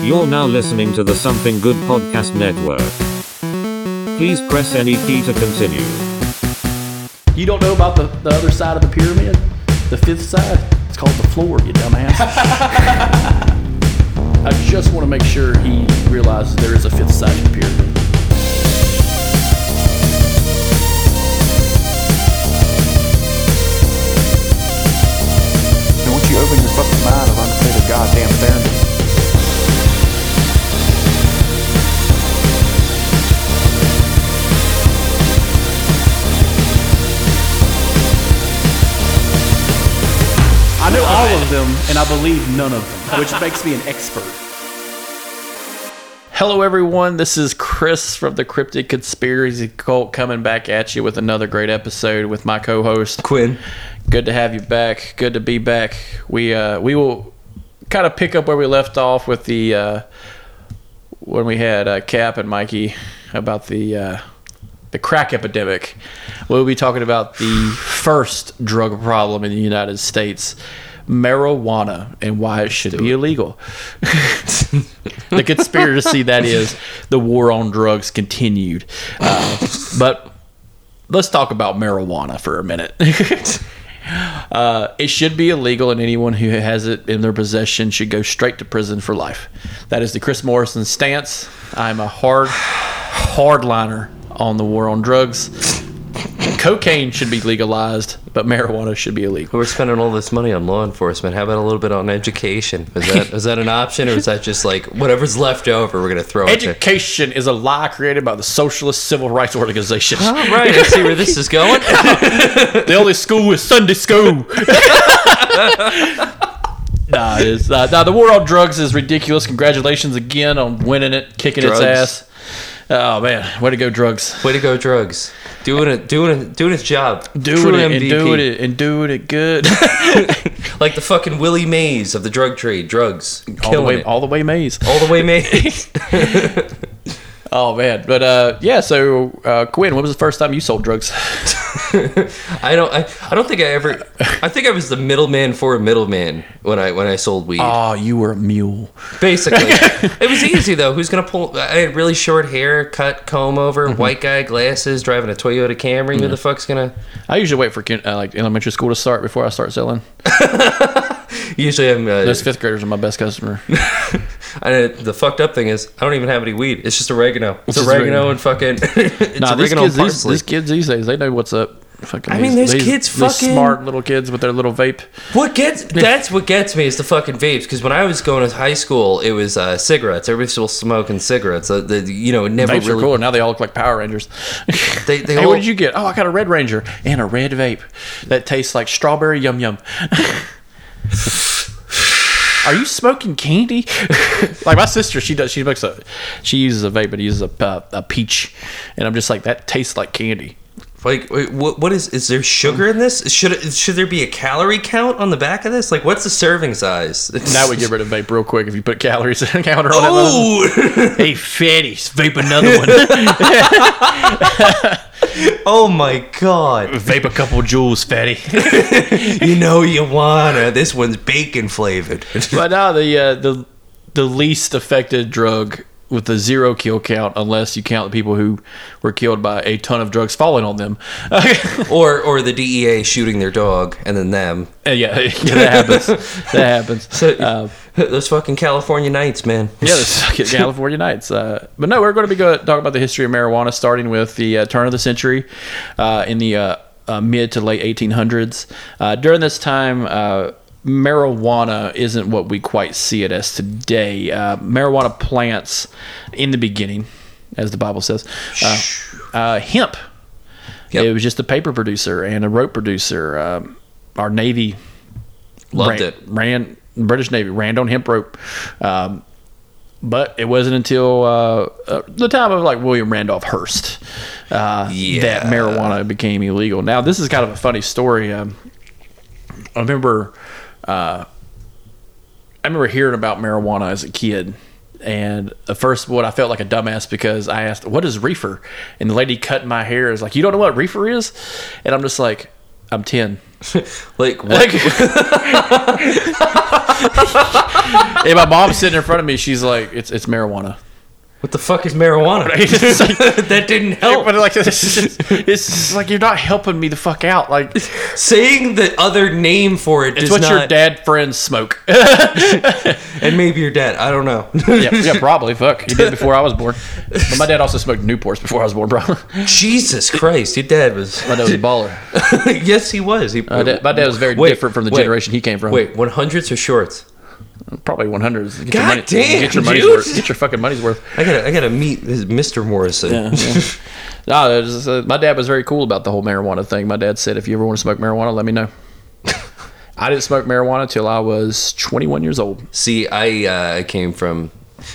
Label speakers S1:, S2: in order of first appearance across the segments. S1: You're now listening to the Something Good Podcast Network. Please press any key to continue.
S2: You don't know about the, the other side of the pyramid? The fifth side? It's called the floor, you dumbass. I just want to make sure he realizes there is a fifth side to the pyramid.
S3: And once you open your fucking mind of unfettered goddamn fairness,
S2: I know all of them, and I believe none of them, which makes me an expert. Hello, everyone. This is Chris from the Cryptic Conspiracy Cult coming back at you with another great episode with my co host,
S3: Quinn.
S2: good to have you back. Good to be back. We uh, we will kind of pick up where we left off with the uh, when we had uh, Cap and Mikey about the uh, the crack epidemic. We'll be talking about the first drug problem in the United States, marijuana, and why it should be illegal. the conspiracy that is the war on drugs continued, uh, but. Let's talk about marijuana for a minute. Uh, it should be illegal, and anyone who has it in their possession should go straight to prison for life. That is the Chris Morrison stance. I'm a hard, hardliner on the war on drugs. Cocaine should be legalized, but marijuana should be illegal.
S4: We're spending all this money on law enforcement. How about a little bit on education? Is that is that an option, or is that just like whatever's left over? We're gonna throw it. there?
S2: Education is a lie created by the Socialist Civil Rights Organization.
S4: All right, I see where this is going.
S2: the only school is Sunday school. nah, it is. Nah, nah, the war on drugs is ridiculous. Congratulations again on winning it, kicking its
S4: Drugs.
S2: ass. Oh man, way to go, drugs!
S4: Way to go, drugs. Doing it, doing it, doing its job.
S2: Doing
S4: True
S2: it
S4: MVP.
S2: and doing it and doing it good.
S4: like the fucking Willie Mays of the drug trade. Drugs,
S2: all the
S4: killing
S2: way,
S4: it.
S2: all the way, maze.
S4: All the way Mays.
S2: Oh man, but uh, yeah. So uh, Quinn, when was the first time you sold drugs?
S4: I don't. I, I don't think I ever. I think I was the middleman for a middleman when I when I sold weed.
S2: Oh, you were a mule.
S4: Basically, it was easy though. Who's gonna pull? I had really short hair, cut, comb over,
S2: Mm-hmm.
S4: white guy glasses, driving a Toyota Camry. Who the fuck's gonna?
S2: I usually wait for kin- uh, like elementary school to start before I start selling.
S4: Usually, I'm. Uh,
S2: Those fifth graders are my best customer.
S4: I, the fucked up thing is, I don't even have any weed. It's just oregano. It's,
S2: just
S4: oregano, and fucking. it's
S2: nah, these
S4: oregano
S2: kids,
S4: and
S2: these,
S4: parsley.
S2: these kids these days, they know what's up. Fucking
S4: I mean,
S2: these-
S4: those
S2: these-
S4: kids
S2: these
S4: fucking-
S2: smart little kids with their little vape.
S4: What gets that's what gets me is the fucking vapes. Because when I was going to high school, it was uh, cigarettes. Everybody was smoking cigarettes. Uh, the, you know, it never
S2: Vapes
S4: really.
S2: are cool. Now they all look like Power Rangers.
S4: They- they
S2: hey,
S4: all-
S2: what did you get? Oh, I got a Red Ranger and a red vape that tastes like strawberry yum yum. Are you smoking candy? like my sister, she does. She smokes a, she uses a vape, but uses a uh, a peach, and I'm just like that tastes like candy.
S4: Like, wait, what, what is is there sugar in this? Should it, should there be a calorie count on the back of this? Like, what's the serving size?
S2: That would get rid of vape real quick if you put calories in a counter on it.
S4: Oh,
S2: Hey, fatty, vape another one.
S4: oh my god!
S2: vape a couple jewels, fatty.
S4: You know you wanna. This one's bacon flavored.
S2: But now the uh, the the least affected drug with a zero kill count, unless you count the people who were killed by a ton of drugs falling on them. Uh,
S4: or or the DEA shooting their dog and then them.
S2: yeah, yeah, that happens. That happens.
S4: So
S2: Uh,
S4: those fucking California nights, man.
S2: yeah, this is California Nights. Uh, but no, we're going to be go- talking about the history of marijuana, starting with the uh, turn of the century uh, in the uh, uh, mid to late 1800s. Uh, during this time, uh, marijuana isn't what we quite see it as today. Uh, marijuana plants in the beginning, as the Bible says, uh, uh, hemp.
S4: Yep.
S2: It was just a paper producer and a rope producer. Um, our Navy
S4: Loved
S2: ran,
S4: it.
S2: Ran British Navy ran on hemp rope, um, but it wasn't until uh, uh, the time of like William Randolph Hearst uh,
S4: Yeah.
S2: that marijuana became illegal. Now this is kind of a funny story. Um, I remember, uh, I remember hearing about marijuana as a kid. And at first, what I felt like a dumbass because I asked, "What is reefer?" And the lady cutting my hair is like, "You don't know what reefer is?" And I'm just like, "I'm ten.
S4: like what?
S2: Like, hey, my mom's sitting in front of me. She's like, "It's it's marijuana."
S4: what the fuck is marijuana?
S2: It's like-
S4: that didn't help.
S2: but like, it's just, it's just like you're not helping me the fuck out. Like, it's
S4: Saying the other name for it does
S2: what
S4: not.
S2: your dad friends smoke.
S4: and maybe your dad. I don't know.
S2: yeah, yeah, probably. Fuck, he did before I was born. But my dad also smoked Newports before I was born. Probably.
S4: Jesus Christ, your dad was.
S2: My dad was a baller.
S4: yes, he was. He,
S2: My dad, my dad was very
S4: Wait,
S2: different from the
S4: wait,
S2: generation he came from.
S4: Wait, one hundreds or shorts?
S2: probably 100s. Get
S4: God
S2: your money,
S4: damn,
S2: Get your money's
S4: dude.
S2: worth. Get your fucking money's worth.
S4: I gotta, I gotta meet this Mr. Morrison.
S2: No, it was, uh, my dad was very cool about the whole marijuana thing. My dad said, if you ever want to smoke marijuana, let me know. I didn't smoke marijuana till I was 21 years old.
S4: See, I uh, I came from.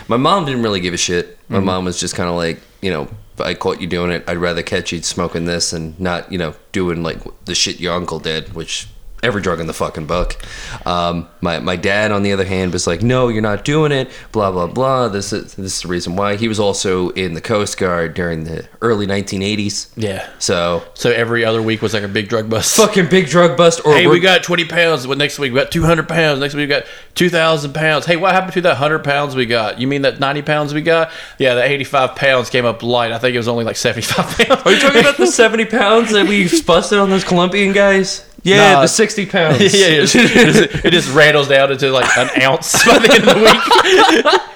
S4: My mom didn't really give a shit. My
S2: Mm-hmm.
S4: mom was just kind of like, you know, I caught you doing it. I'd rather catch you smoking this and not, you know, doing like the shit your uncle did, which every drug in the fucking book. Um, my my dad, on the other hand, was like, no, you're not doing it. Blah blah blah. This is this is the reason why. He was also in the Coast Guard during the early 1980s.
S2: Yeah.
S4: So
S2: So every other week was like a big drug bust.
S4: fucking big drug bust or
S2: Hey,
S4: we're-
S2: we got 20 pounds. What next week? We got 200 pounds. Next week we got 2,000 pounds. Hey, what happened to that 100 pounds we got? You mean that 90 pounds we got? Yeah, that 85 pounds came up light. I think it was only like 75 pounds.
S4: Are you talking about the 70 pounds that we busted on those Colombian guys? Yeah,
S2: Nah.
S4: the 60 pounds.
S2: yeah, yeah, it just- it just, it just rattles down into like an ounce by the end of the week.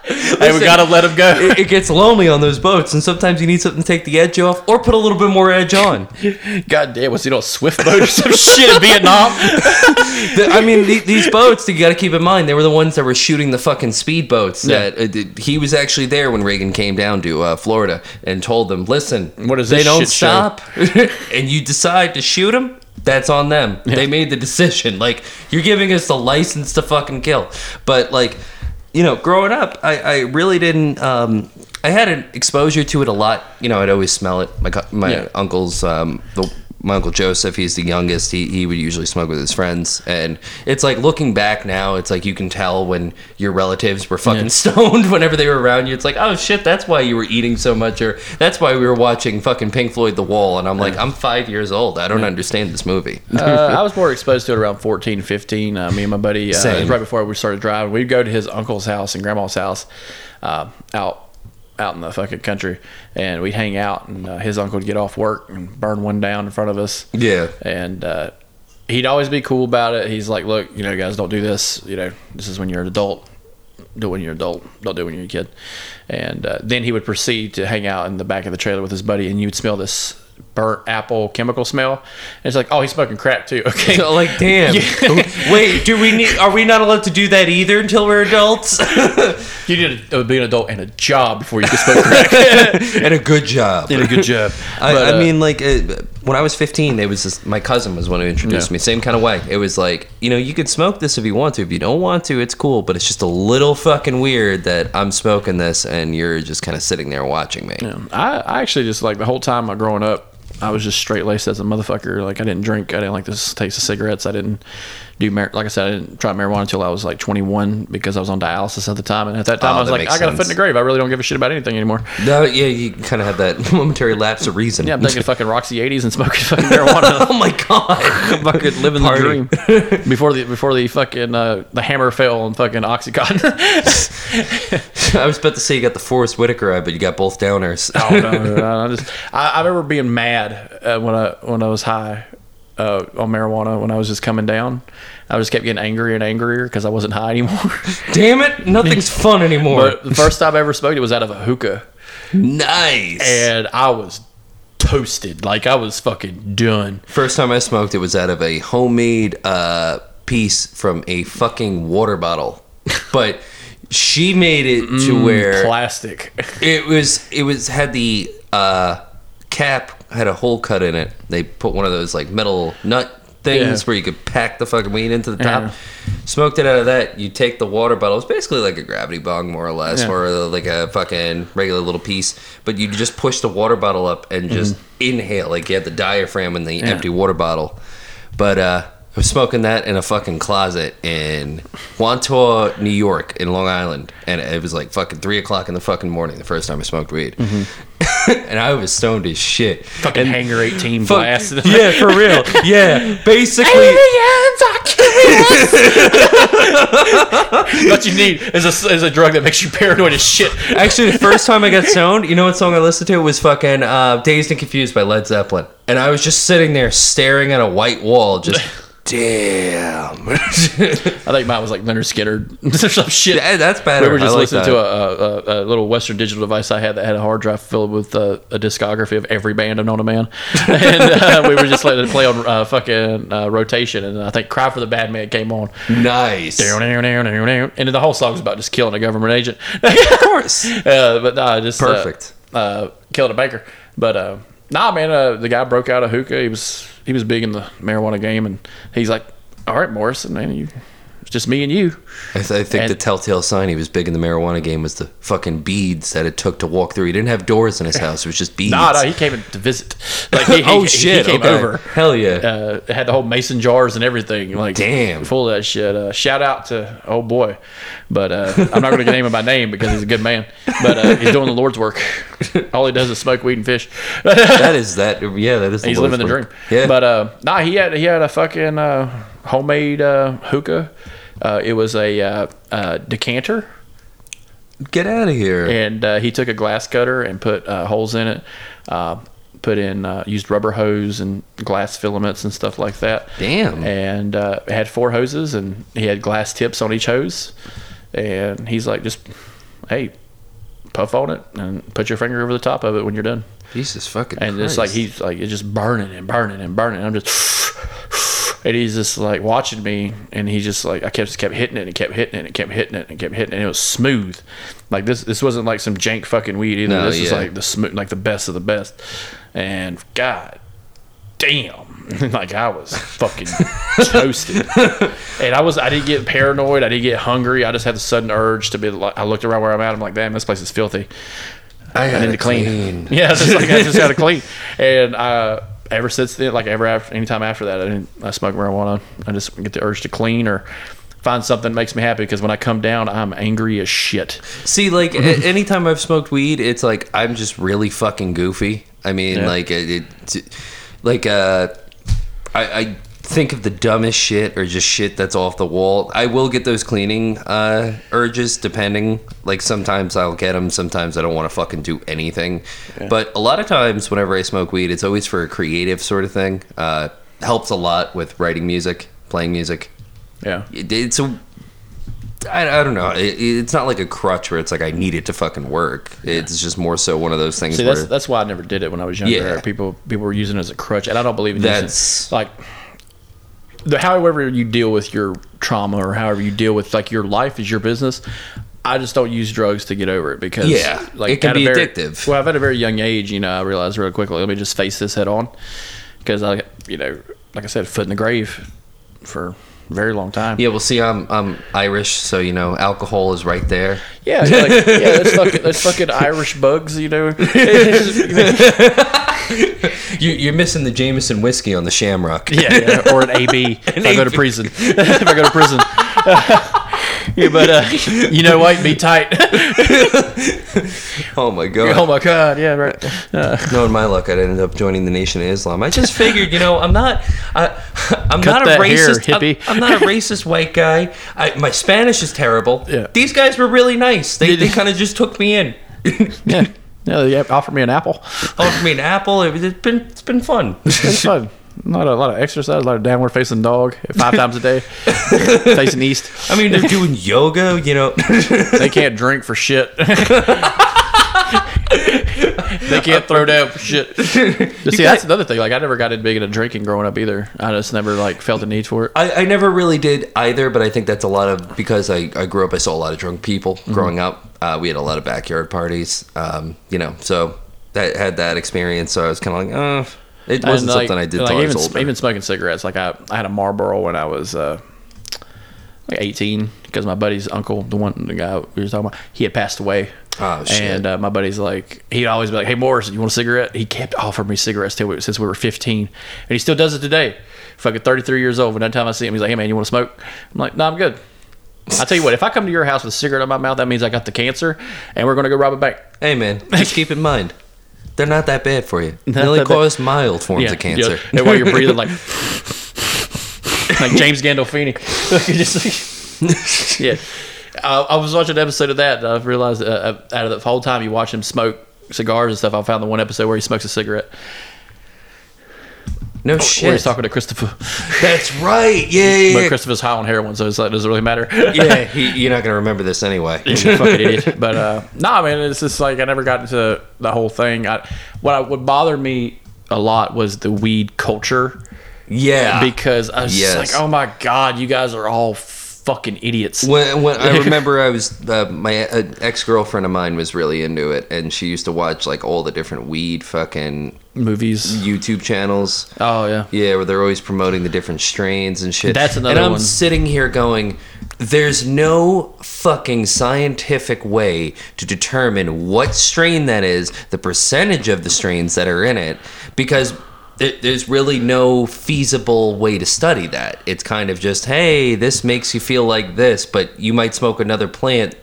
S2: hey, we
S4: Listen,
S2: gotta let him go.
S4: It, it gets lonely on those boats, and sometimes you need something to take the edge off or put a little bit more edge on.
S2: God damn, was he on a swift boat or some shit in Vietnam?
S4: The- I mean, the, these boats, you got to keep in mind, they were the ones that were shooting the fucking speed boats. That uh, did- he was actually there when Reagan came down to uh, Florida and told them, "Listen,
S2: What is
S4: they
S2: this
S4: don't
S2: shit show?"
S4: stop, and you decide to shoot them." That's on them. They made the decision. Like you're giving us the license to fucking kill, but like, you know, growing up, I, I really didn't. Um, I had an exposure to it a lot. You know, I'd always smell it. My co- my
S2: Yeah.
S4: uncle's um, the, my uncle Joseph. He's the youngest. He he would usually smoke with his friends, and it's like looking back now, it's like you can tell when your relatives were fucking stoned whenever they were around you. It's like, oh shit, that's why you were eating so much, or that's why we were watching fucking Pink Floyd The Wall. And I'm like, I'm five years old. I don't understand this movie.
S2: Uh, I was more exposed to it around 14, 15. Uh, me and my buddy, uh,
S4: Same.
S2: right before we started driving, we'd go to his uncle's house and grandma's house uh, out out in the fucking country, and we'd hang out, and uh, his uncle would get off work and burn one down in front of us.
S4: Yeah.
S2: and uh, he'd always be cool about it. He's like, "Look, you know, guys, don't do this. You know, this is when you're an adult. Do it when you're an adult. Don't do it when you're a kid." And uh, then he would proceed to hang out in the back of the trailer with his buddy, and you'd smell this burnt apple chemical smell. And it's like, "Oh, he's smoking crack too." Okay.
S4: So, like, damn. Wait, do we need? Are we not allowed to do that either until we're adults?
S2: You need to be an adult and a job before you can smoke crack.
S4: and a good job.
S2: Did a good job.
S4: I,
S2: But,
S4: I
S2: uh,
S4: mean, like uh, when I was 15, it was just, my cousin was the one who introduced
S2: Yeah.
S4: me. Same kind of way. It was like you know you can smoke this if you want to. If you don't want to, it's cool. But it's just a little fucking weird that I'm smoking this and you're just kind of sitting there watching me.
S2: I, I actually just like the whole time I growing up, I was just straight laced as a motherfucker. Like I didn't drink, I didn't like this taste of cigarettes. I didn't do mar- like I said, I didn't try marijuana until I was like 21 because I was on dialysis at the time. And at that time,
S4: Oh,
S2: I was
S4: that
S2: like, I
S4: makes
S2: got a foot in
S4: sense.
S2: the grave. I really don't give a shit about anything anymore.
S4: No, yeah, you kind of had that momentary lapse of reason.
S2: Yeah, I'm taking fucking Roxy 80s and smoking fucking marijuana.
S4: oh my god,
S2: Fucking living
S4: Party.
S2: the dream before the before the fucking uh, the hammer fell on fucking OxyContin.
S4: I was about to say you got the Forrest Whitaker eye, but you got both downers.
S2: I don't
S4: Oh,
S2: know. I just I, I remember being mad uh, when I when I was high uh, on marijuana when I was just coming down. I just kept getting angrier and angrier because I wasn't high anymore.
S4: Damn it, nothing's fun anymore.
S2: but the first time I ever smoked it was out of a hookah,
S4: nice.
S2: and I was toasted. Like I was fucking done.
S4: First time I smoked, it was out of a homemade uh, piece from a fucking water bottle, but she made it to
S2: Mm,
S4: where
S2: Plastic.
S4: it was. It was had the uh, cap had a hole cut in it. They put one of those like metal nut things
S2: Yeah.
S4: where you could pack the fucking weed into the top.
S2: Yeah.
S4: Smoked it out of that. You take the water bottle. It's basically like a gravity bong, more or less,
S2: Yeah.
S4: or uh, like a fucking regular little piece. But you just push the water bottle up and just inhale. Like you have the diaphragm and the empty water bottle. But uh, I was smoking that in a fucking closet in Wantaw, New York, in Long Island, and it was like fucking three o'clock in the fucking morning. The first time I smoked weed. and I was stoned as shit.
S2: Fucking
S4: and
S2: Hangar 18
S4: fuck-
S2: blasted.
S4: yeah, for real. Yeah, basically.
S2: what you need is a, is a drug that makes you paranoid as shit.
S4: Actually, the first time I got stoned, you know what song I listened to was fucking uh, "Dazed and Confused" by Led Zeppelin, and I was just sitting there staring at a white wall, just damn.
S2: I think mine was like Leonard Skinner or some shit.
S4: Yeah, that's better.
S2: we were
S4: I
S2: just
S4: like
S2: listening
S4: that.
S2: to a, a, a, a little Western digital device I had that had a hard drive filled with uh, a discography of every band I've known to man, and uh, we were just letting it play on uh, fucking uh, rotation. And I think "Cry for the Bad Man" came on,
S4: nice.
S2: and then the whole song's about just killing a government agent.
S4: Of course.
S2: uh, but nah, just uh,
S4: Perfect.
S2: Uh, killing a banker, but uh, nah, man, uh, the guy broke out of hookah. He was he was big in the marijuana game, and he's like, "All right, Morrison, man, you." It's just me and you.
S4: I, th- I think the
S2: And-
S4: telltale sign he was big in the marijuana game was the fucking beads that it took to walk through. He didn't have doors in his house; it was just beads.
S2: Nah, nah, he came in to visit. Like he, he,
S4: oh
S2: he-
S4: shit!
S2: he came
S4: okay.
S2: over.
S4: Hell yeah!
S2: uh, it had the whole mason jars and everything. Like,
S4: Damn.
S2: full of that shit. Uh, shout out to oh boy, but uh, I'm not going to name him by name because he's a good man. But uh, he's doing the Lord's work. All he does is smoke weed and fish.
S4: That is that. Yeah, that is.
S2: he's
S4: Lord's
S2: living the dream.
S4: work. Yeah,
S2: But uh, nah, he had he had a fucking uh, homemade uh, hookah. Uh, it was a uh, uh, decanter, uh,
S4: get out of here.
S2: and uh, he took a glass cutter and put uh, holes in it. Uh, put in uh, used rubber hose and glass filaments and stuff like that.
S4: Damn.
S2: And uh, it had four hoses and he had glass tips on each hose, and he's like, just hey, puff on it and put your finger over the top of it when you're done.
S4: Jesus fucking.
S2: And it's like
S4: Christ.
S2: he's like it's just burning and burning and burning. I'm just and he's just like watching me and he just like I kept just kept hitting it and kept hitting it and kept hitting it and kept hitting it and it was smooth. Like this this wasn't like some jank fucking weed either.
S4: No,
S2: this is
S4: yeah.
S2: like the smooth like the best of the best. And god damn. Like I was fucking toasted. And I was I didn't get paranoid, I didn't get hungry. I just had the sudden urge to be like I looked around where I'm at, I'm like, damn, this place is filthy.
S4: I
S2: I
S4: had
S2: need
S4: to
S2: to clean.
S4: clean.
S2: Yeah, it's just like I just got to clean. And uh, ever since then, like ever after, anytime after that, I didn't I smoke marijuana. I just get the urge to clean or find something that makes me happy because when I come down, I'm angry as shit.
S4: See, like a- anytime I've smoked weed, it's like I'm just really fucking goofy. I mean,
S2: Yeah.
S4: like it, it, like uh, I, I think of the dumbest shit or just shit that's off the wall. I will get those cleaning uh, urges depending. Like sometimes I'll get them. Sometimes I don't want to fucking do anything. But a lot of times, whenever I smoke weed, it's always for a creative sort of thing. Uh, helps a lot with writing music, playing music
S2: Yeah.
S4: it- it's a I, I don't know. It, it's not like a crutch where it's like I need it to fucking work. It's just more so one of those things
S2: See,
S4: where
S2: that's that's why I never did it when I was younger.
S4: Yeah.
S2: People people were using it as a crutch, and I don't believe in using it.
S4: That's-
S2: like the however you deal with your trauma or however you deal with like your life is your business. I just don't use drugs to get over it because
S4: Yeah, it can
S2: at a
S4: be
S2: very-
S4: addictive.
S2: Well, I've at a very young age, you know, I realized real quickly. Let me just face this head on because I, you know, like I said, foot in the grave for a very long time.
S4: yeah. Well, see, I'm I'm Irish, so you know alcohol is right there.
S2: Yeah, yeah, like, yeah. There's fucking, there's fucking Irish bugs, you know.
S4: You, you're missing the Jameson whiskey on the Shamrock.
S2: Yeah, yeah, or an AB if I go to
S4: AB.
S2: prison. if I go to prison. yeah, but uh, you know what? Be tight.
S4: Oh my
S2: oh
S4: god.
S2: my god. Yeah, right. Uh,
S4: Knowing my luck, I'd end up joining the Nation of Islam. I just figured, you know, I'm not, I, I'm
S2: Cut
S4: not a
S2: that hair,
S4: racist. I'm-
S2: hippie.
S4: I'm, not a racist white guy. I, my Spanish is terrible.
S2: Yeah.
S4: These guys were really nice. They,
S2: Did-
S4: they kind of just took me in.
S2: yeah. Yeah, they offered me an apple.
S4: offered me an apple. It, has been it's been fun.
S2: It's fun. Not a lot of exercise, a lot of downward facing dog five times a day, facing east.
S4: I mean, they're doing yoga. You know,
S2: They can't drink for shit. they can't throw down for shit. But see, that's another thing. Like, I never got in big into drinking growing up either. I just never like felt the need for it.
S4: I, I never really did either, but I think that's a lot of because I, I grew up. I saw a lot of drunk people
S2: Mm-hmm.
S4: growing up. Uh, we had a lot of backyard parties. Um, you know, so that had that experience. So I was kind of like, uh it wasn't
S2: And, like-
S4: something I did
S2: like,
S4: till I was
S2: even,
S4: older.
S2: even smoking cigarettes, like I, I had a Marlboro when I was uh, like 18 because my buddy's uncle, the one the guy we were talking about, he had passed away.
S4: Oh, shit.
S2: And uh, my buddy's like, he'd always be like, "Hey Morris, you want a cigarette?" He kept offering me cigarettes till we, since we were 15, and he still does it today. Fucking 33 years old. And every time I see him, he's like, "Hey man, you want to smoke?" I'm like, "No, I'm good." I tell you what, if I come to your house with a cigarette in my mouth, that means I got the cancer, and we're gonna go rob a bank.
S4: hey man, just keep in mind, They're not that bad for you. They only
S5: that bad.
S4: cause mild forms
S2: Yeah,
S4: of cancer.
S2: yeah. And while you're breathing, like like James Gandolfini, You just like- yeah. I, I was watching an episode of that, and I realized uh, uh, out of the whole time you watch him smoke cigars and stuff, I found the one episode where he smokes a cigarette.
S4: No
S2: Where
S4: shit.
S2: he's talking to Christopher,
S4: That's right. Yeah, yeah,
S2: but
S4: yeah.
S2: Christopher's high on heroin, so it's like, doesn't really matter.
S4: yeah he, you're not gonna remember this anyway.
S2: You're a fucking idiot. But uh, no, nah, man, it's just like I never got into the whole thing. I, what I, what bothered me a lot was the weed culture
S4: Yeah.
S2: because I was
S4: Yes.
S2: just like, oh my god, you guys are all fucking idiots.
S4: When, when I remember, I was uh, my uh, ex girlfriend of mine was really into it, and she used to watch like all the different weed fucking
S2: Movies.
S4: YouTube channels.
S2: Oh yeah.
S4: Yeah, where they're always promoting the different strains and shit.
S2: That's another
S4: And I'm
S2: one.
S4: sitting here going, there's no fucking scientific way to determine what strain that is, the percentage of the strains that are in it, because there- there's really no feasible way to study that. It's kind of just, hey, this makes you feel like this, but you might smoke another plant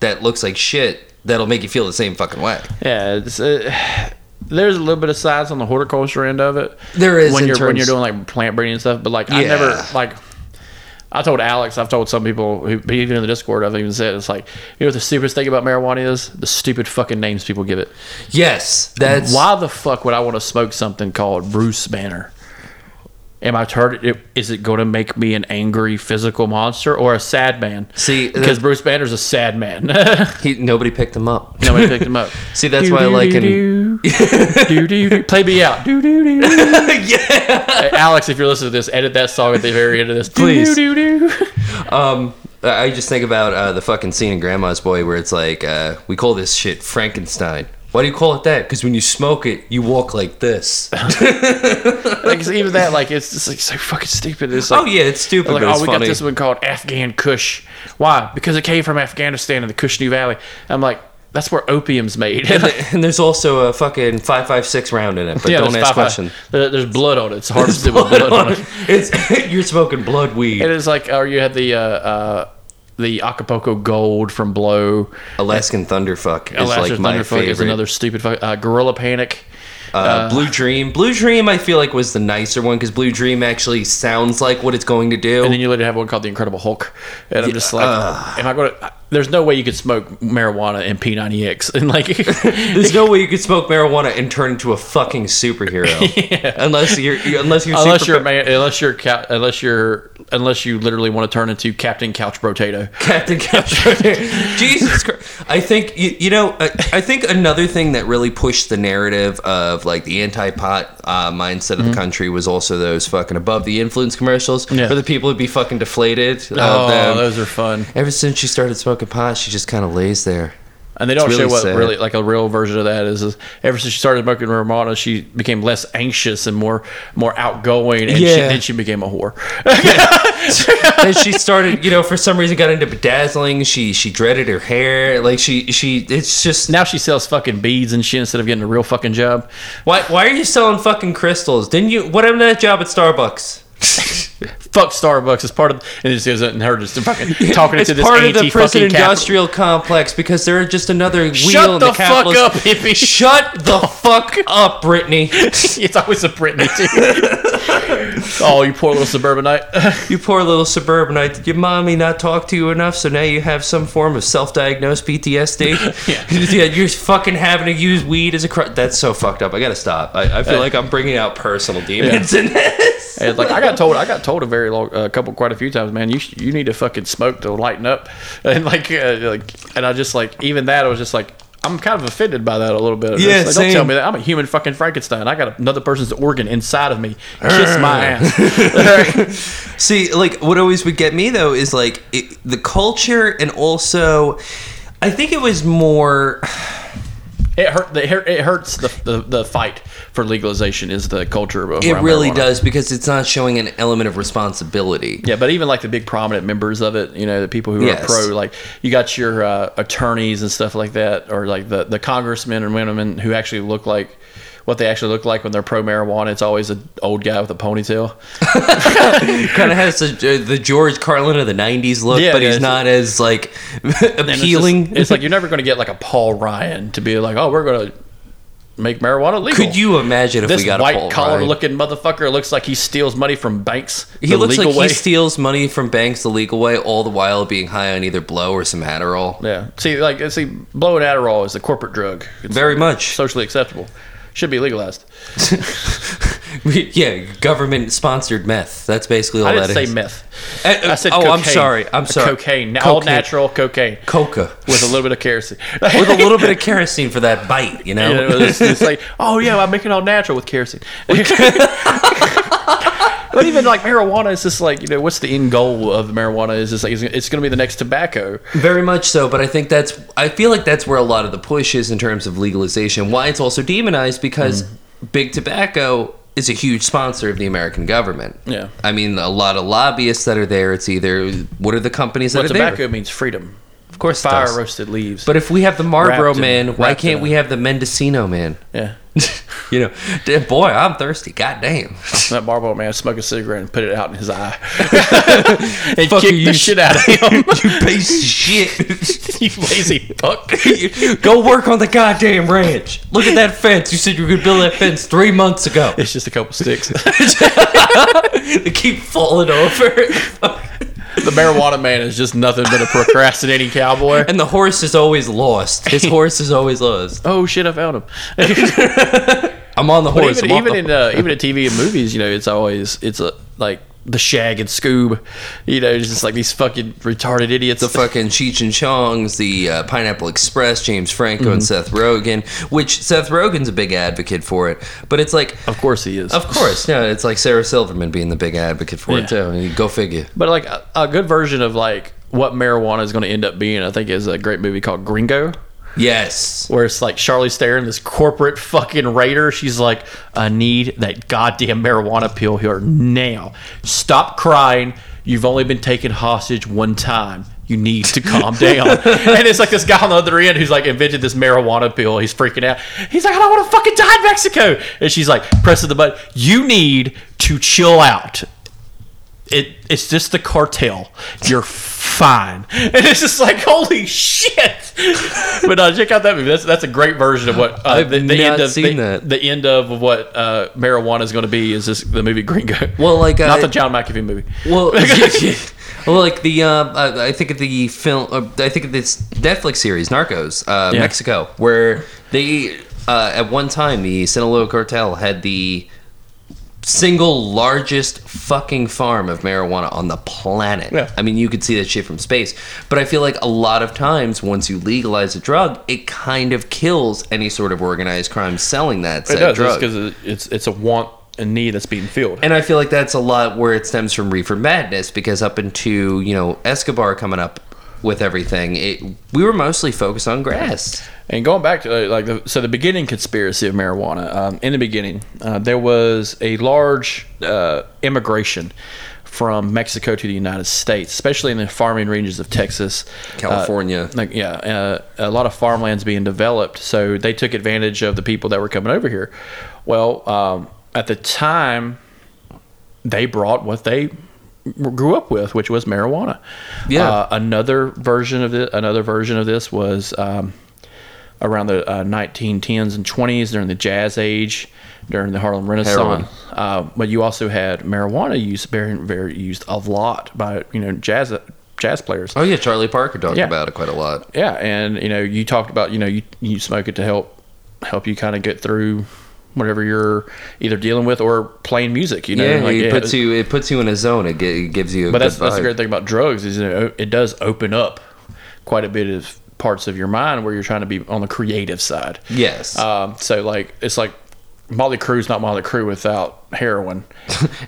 S4: that looks like shit that'll make you feel the same fucking way.
S2: Yeah, it's, uh, there's a little bit of science on the horticulture end of it.
S4: There is
S2: when
S4: in
S2: you're when
S4: terms-
S2: you're doing like plant breeding and stuff. But like I
S4: Yeah.
S2: never like I told Alex, I've told some people who even in the Discord, I've even said it's like you know what the stupidest thing about marijuana is the stupid fucking names people give it.
S4: Yes, that's
S2: Why the fuck would I want to smoke something called Bruce Banner? Am I turned? it- Is it going to make me an angry physical monster or a sad man?
S4: See, uh,
S2: because
S4: that-
S2: Bruce Banner's a sad man.
S4: He, nobody picked them up.
S2: Nobody picked him up.
S4: See, that's why I like in-
S2: do, do, do, do. play me out. Do, do, do. yeah, Alex, if you're listening to this, edit that song at the very end of this,
S4: Please.
S2: Do, do, do.
S4: Um, I just think about uh, the fucking scene in Grandma's Boy where it's like, uh, we call this shit Frankenstein. Why do you call it that? Because when you smoke it, you walk like this.
S2: Like it's even that, like it's just like so fucking stupid. It's like,
S4: oh yeah, it's stupid,
S2: Like,
S4: but it's
S2: oh, we got
S4: funny.
S2: this one called Afghan Kush. Why? Because it came from Afghanistan in the Kushnu Valley. I'm like, that's where opium's made.
S4: And, th- and there's also a fucking five five six round in it, but don't
S2: there's
S4: ask
S2: five-
S4: questions.
S2: there- There's blood on it. It's hard to do with blood on it.
S4: It's you're smoking blood weed.
S2: It is like, or you had the uh, uh, the Acapulco Gold from Blow.
S4: Alaskan Thunderfuck is
S2: Alastair
S4: like my
S2: Thunderfuck
S4: favorite.
S2: is another stupid fuck. Uh, Gorilla Panic.
S4: uh, Blue Dream. Blue Dream, I feel like was the nicer one because Blue Dream actually sounds like what it's going to do.
S2: And then you later have one called the Incredible Hulk, and I'm just like,
S4: uh.
S2: am I going to? There's no way you could smoke marijuana and P90X, and like,
S4: There's no way you could smoke marijuana and turn into a fucking superhero. Unless you're you- unless you're
S2: unless
S4: super-
S2: you're a man, unless you're ca- unless you're unless you literally want to turn into Captain Couch Potato.
S4: Captain Capture. Jesus Christ. I think you, you know I, I think another thing that really pushed the narrative of like the anti-pot uh, mindset of the country was also those fucking above the influence commercials
S2: Mm-hmm. Yeah.
S4: for the people would be fucking deflated. of
S2: Oh,
S4: them.
S2: those are fun,
S4: Ever since she started smoking pot, she just kind of lays there.
S2: and they don't
S4: It's
S2: show
S4: really
S2: what
S4: sad.
S2: really like a real version of that is. is ever since she started smoking marijuana, she became less anxious and more more outgoing, and she,
S4: Yeah.
S2: then she became a whore.
S4: and she started, you know, for some reason got into bedazzling. She she dreaded her hair. Like she she it's just
S2: now she sells fucking beads and shit instead of getting a real fucking job.
S4: Why, why are you selling fucking crystals? Didn't you? What happened to that job at Starbucks?
S2: Fuck Starbucks. It's part of and it just isn't her just fucking talking
S4: It's
S2: to this
S4: part of
S2: anti
S4: the prison
S2: fucking capital.
S4: industrial complex because they're just another wheel in
S2: Shut
S4: the,
S2: the fuck
S4: capitalist-
S2: up, hippie.
S4: Shut the fuck up, Brittany.
S2: it's always a Britney too. oh, you poor little suburbanite.
S4: you poor little suburbanite. Did your mommy not talk to you enough, so now you have some form of self-diagnosed PTSD?
S2: Yeah.
S4: yeah, you're fucking having to use weed as a. Cr- That's so fucked up. I gotta stop. I, I
S2: Uh,
S4: feel like I'm bringing out personal demons in this.
S2: And like I got told, I got told a very long, a couple, quite a few times, man. You sh- you need to fucking smoke to lighten up, and like uh, like, and I just like even that I was just like. I'm kind of offended by that a little bit. It's
S4: Yeah,
S2: like,
S4: same.
S2: don't tell me that I'm a human fucking Frankenstein. I got another person's organ inside of me. Kiss my ass.
S4: See, like what always would get me though is like it, the culture, and also, I think it was more.
S2: It hurt. the- It hurt- it hurts the, the the fight for legalization is the culture of
S4: It
S2: around
S4: really
S2: marijuana.
S4: does because it's not showing an element of responsibility.
S2: Yeah, but even like the big prominent members of it, you know, the people who
S4: Yes.
S2: are pro, like you got your uh, attorneys and stuff like that, or like the the congressmen and women who actually look like what they actually look like when they're pro marijuana. It's always an old guy with a ponytail.
S4: Kind of has the, uh, the George Carlin of the '90s look,
S2: Yeah,
S4: but he's
S2: it's-
S4: not as like
S2: And it's just-
S4: appealing.
S2: It's, like you're never going to get like a Paul Ryan to be like, oh, we're going to make marijuana legal.
S4: Could you imagine if
S2: this
S4: we got a
S2: white
S4: poll,
S2: collar
S4: Ryan?
S2: looking motherfucker looks like he steals money from banks.
S4: He
S2: the
S4: looks
S2: legal
S4: like
S2: way.
S4: he steals money from banks the legal way, all the while being high on either blow or some Adderall.
S2: yeah. See, like, see, blowing Adderall is a corporate drug. It's
S4: Very much.
S2: socially acceptable. Should be legalized.
S4: We- yeah, government sponsored meth. That's basically all
S2: I
S4: that is.
S2: didn't say meth.
S4: Eh,
S2: I said
S4: oh,
S2: cocaine.
S4: I'm sorry. I'm sorry.
S2: Cocaine, na- all
S4: Cocaine.
S2: natural cocaine
S4: Coca.
S2: with a little bit of kerosene.
S4: With a little bit of kerosene for that bite, you know?
S2: You know, it's, it's like, oh yeah, I make it all natural with kerosene. but even like marijuana is just like you know, what's the end goal of marijuana? Is just like it's, it's going to be the next tobacco.
S4: Very much so, but I think that's I feel like that's where a lot of the push is in terms of legalization. Why it's also demonized because
S2: Mm.
S4: big tobacco is a huge sponsor of the American government.
S2: Yeah.
S4: I mean, a lot of lobbyists that are there. It's either what are the companies that
S2: But
S4: are
S2: tobacco
S4: there?
S2: means freedom.
S4: Of course, it
S2: Fire
S4: does.
S2: roasted leaves.
S4: But if we have the Marlboro
S2: Wrapped in-
S4: man, why
S2: wrapped in
S4: can't
S2: a-
S4: we have the Mendocino man?
S2: yeah,
S4: you know, d- boy, I'm thirsty. God damn.
S2: that Marlboro man smoke a cigarette and put it out in his eye and
S4: Fuck
S2: kick
S4: you,
S2: the
S4: you-
S2: shit out of him.
S4: you piece of shit.
S2: you lazy fuck.
S4: Go work on the goddamn ranch. Look at that fence. You said you could build that fence three months ago.
S2: It's just a couple sticks.
S4: they keep falling over.
S2: the marijuana man is just nothing but a procrastinating cowboy.
S4: and the horse is always lost. His horse is always lost.
S2: oh shit, I found him.
S4: I'm on the
S2: But
S4: horse.
S2: even,
S4: I'm on
S2: even
S4: the
S2: in uh, even in TV and movies, you know, it's always it's a like the Shag and Scoob, you know, it's just like these fucking retarded idiots.
S4: the fucking Cheech and Chong's, the uh, Pineapple Express, James Franco and Seth Rogen, which Seth Rogen's a big advocate for it. But it's like,
S2: of course he is.
S4: of course, yeah, it's like Sarah Silverman being the big advocate for it too. I mean, Go figure.
S2: But like a, a good version of like what marijuana is going to end up being, I think, is a great movie called Gringo,
S4: Yes.
S2: where it's like Charlize Theron, this corporate fucking raider. She's like, I need that goddamn marijuana pill here now. Stop crying. You've only been taken hostage one time. You need to calm down. and it's like this guy on the other end who's like invented this marijuana pill. He's freaking out. He's like, I don't want to fucking die in Mexico. And she's like, pressing the button. You need to chill out it it's just the cartel. You're fine. And it's just like holy shit. but uh, check out that movie. That's that's a great version of what uh,
S4: I've
S2: the, the
S4: not
S2: end of
S4: seen
S2: the,
S4: that.
S2: the end of what uh, marijuana is going to be is this the movie Gringo.
S4: Well, like, uh,
S2: not
S4: I-
S2: the John McAfee movie.
S4: Well, well, like the um, uh, I think of the film. Uh, I think of this Netflix series, Narcos, uh,
S2: Yeah.
S4: Mexico, where they uh, at one time the Sinaloa cartel had the single largest fucking farm of marijuana on the planet.
S2: Yeah.
S4: I mean, you could see that shit from space. But I feel like a lot of times, once you legalize a drug, it kind of kills any sort of organized crime selling that
S2: It
S4: said
S2: does
S4: drug.
S2: because it's it's a want and need that's being filled.
S4: And I feel like that's a lot where it stems from Reefer Madness because up into, you know, Escobar coming up with everything, it, we were mostly focused on grass.
S2: And going back to uh, like the, so the beginning conspiracy of marijuana. Um, in the beginning, uh, there was a large uh, immigration from Mexico to the United States, especially in the farming regions of Texas, uh,
S4: California.
S2: like yeah, uh, a lot of farmlands being developed. So they took advantage of the people that were coming over here. Well, um, at the time, they brought what they grew up with, which was marijuana.
S4: Yeah.
S2: Uh, another version of it. Another version of this was um, around the uh, 1910s and 20s during the Jazz Age, during the Harlem Renaissance. Uh, but you also had marijuana use very, very used a lot by you know jazz jazz players.
S4: Oh, yeah, Charlie Parker talked
S2: Yeah.
S4: about it quite a lot.
S2: Yeah, and you know, you talked about you know you you smoke it to help help you kind of get through whatever you're either dealing with or playing music. You know,
S4: Yeah,
S2: Like,
S4: it puts you it puts you in a zone. It, gi- it gives you a
S2: But
S4: good
S2: that's that's the
S4: vibe.
S2: great thing about drugs is you know, it does open up quite a bit of parts of your mind where you're trying to be on the creative side.
S4: Yes.
S2: Um, so like it's like Molly Crew's not Molly Crew without heroin.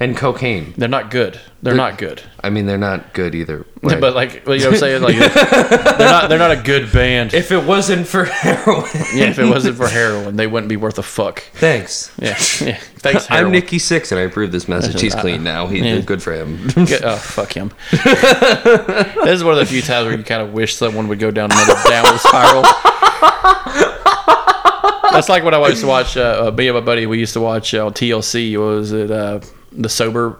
S4: and cocaine.
S2: They're not good. They're, not good.
S4: I mean, they're not good either. right?
S2: But like you know what I'm saying? Like they're not they're not a good band.
S4: if it wasn't for heroin.
S2: yeah, if it wasn't for heroin, they wouldn't be worth a fuck.
S4: Thanks.
S2: Yeah. yeah. Thanks, heroin.
S4: I'm Nikki Six, and I approve this message. He's clean now. He
S2: Yeah.
S4: good for him.
S2: Get- oh, fuck him. this is one of the few times where you kind of wish someone would go down another downward spiral. That's like when I used to watch, uh, uh, me and my buddy, we used to watch uh, on TLC, what was it, uh, the Sober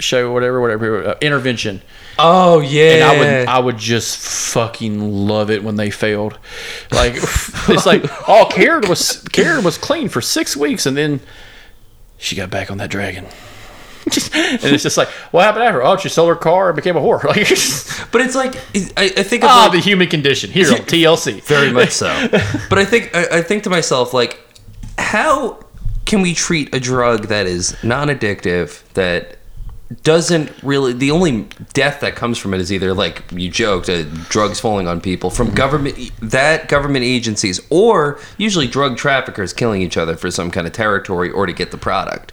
S2: show, whatever, whatever, uh, intervention.
S4: Oh yeah.
S2: And I would, I would just fucking love it when they failed. Like it's like, oh, Karen was Karen was clean for six weeks, and then she got back on that dragon. Just- and it's just like, what happened after? Oh, she sold her car and became a whore. Like,
S4: but it's like I, I think of
S2: ah,
S4: like-
S2: the human condition here on TLC.
S4: Oh. very much so. But I think I, I think to myself like, how can we treat a drug that is non-addictive that doesn't really the only death that comes from it is either like you joked uh, drugs falling on people
S2: Mm-hmm.
S4: from government that government agencies or usually drug traffickers killing each other for some kind of territory or to get the product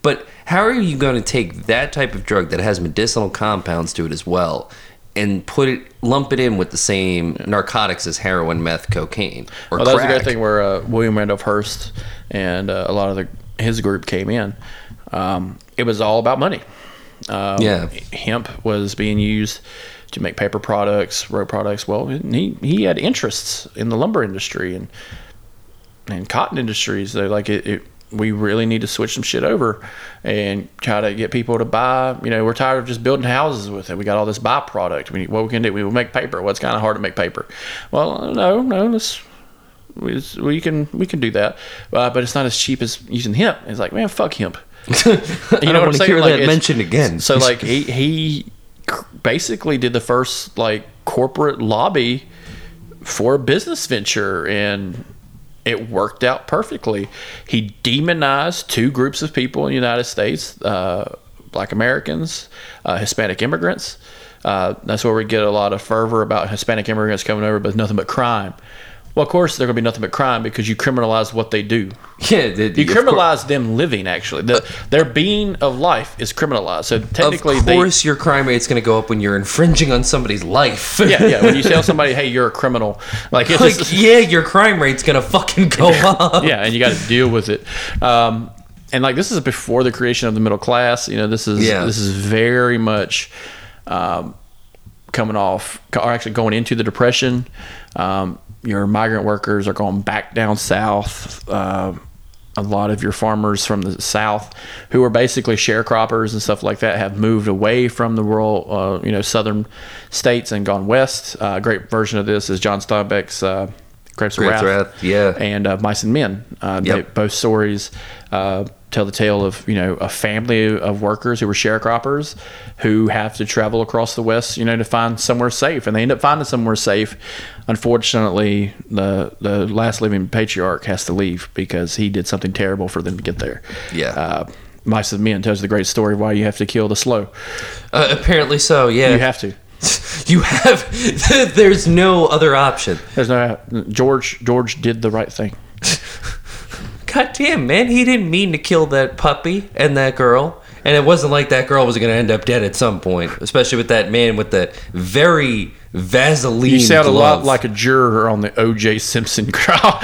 S4: but how are you going to take that type of drug that has medicinal compounds to it as well and put it lump it in with the same narcotics as heroin meth cocaine or
S2: Well, Oh, that was a
S4: crack
S2: great thing where uh, William Randolph Hearst and uh, a lot of the, his group came in. Um, it was all about money. Um,
S4: Yeah.
S2: hemp was being used to make paper products, road products. Well, he he had interests in the lumber industry and and cotton industries. They're like it. it we really need to switch some shit over and try to get people to buy. You know, we're tired of just building houses with it. We got all this byproduct. We, what we can do? We will make paper. Well, it's kind of hard to make paper. Well, no, no, let's we, we can we can do that, uh, but it's not as cheap as using hemp. It's like man, fuck hemp. You
S4: don't
S2: what I'm
S4: wanna
S2: saying?
S4: hear that
S2: it's-
S4: mentioned again.
S2: So like he he cr- basically did the first like corporate lobby for a business venture, and it worked out perfectly. He demonized two groups of people in the United States: uh, Black Americans, uh, Hispanic immigrants. Uh, that's where we get a lot of fervor about Hispanic immigrants coming over, but nothing but crime. Well, of course, they're going to be nothing but crime because you criminalize what they do.
S4: yeah the,
S2: You criminalize them living, actually. The, their being of life is criminalized. So
S4: of
S2: technically,
S4: course, of
S2: they-
S4: course your crime rate's going to go up when you're infringing on somebody's life
S2: yeah, yeah. When you tell somebody, "Hey, you're a criminal," like, it's
S4: like
S2: just-
S4: yeah your crime rate's going to fucking go up
S2: yeah, and you got to deal with it. Um, and like this is before the creation of the middle class. You know, this is
S4: Yeah.
S2: this is very much um, coming off, or actually going into the depression. Um, your migrant workers are going back down south. Um a lot of your farmers from the south, who are basically sharecroppers and stuff like that, have moved away from the rural, uh, you know, southern states and gone west. Uh, a great version of this is John Steinbeck's uh, "Grapes of
S4: Grapes of
S2: Wrath,"
S4: Wrath, yeah.
S2: and uh, Mice and Men. Uh, they-
S4: Yep.
S2: both stories uh, tell the tale of you know a family of workers who were sharecroppers who have to travel across the West, you know, to find somewhere safe, and they end up finding somewhere safe. Unfortunately, the the last living patriarch has to leave because he did something terrible for them to get there.
S4: Yeah.
S2: Uh, Mice and Men tells the great story of why you have to kill the slow.
S4: Uh, apparently so yeah
S2: You have to.
S4: You have. There's no other option.
S2: There's no George. George did the right thing.
S4: God damn, man, he didn't mean to kill that puppy and that girl. And it wasn't like that girl was going to end up dead at some point, especially with that man with the very Vaseline.
S2: You sound a lot
S4: glove.
S2: like a juror on the O.J. Simpson trial.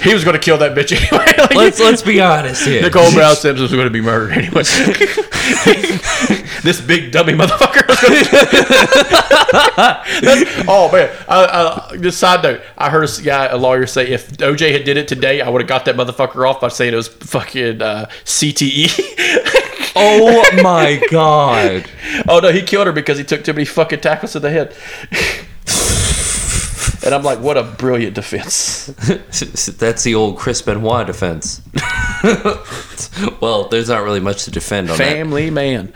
S2: he was going to kill that bitch anyway. Like,
S4: Let's let's be honest here.
S2: Nicole Brown Simpson was going to be murdered anyway. this big dummy motherfucker. Was gonna That's, oh man! I, I, just side note, I heard a s- guy, a lawyer, say if OJ had did it today, I would have got that motherfucker off by saying it was fucking uh, CTE.
S4: Oh my god.
S2: Oh no, he killed her because he took too many fucking tackles to the head. and I'm like, what a brilliant defense.
S4: That's the old Chris Benoit defense. well, there's not really much to defend on
S2: Family man.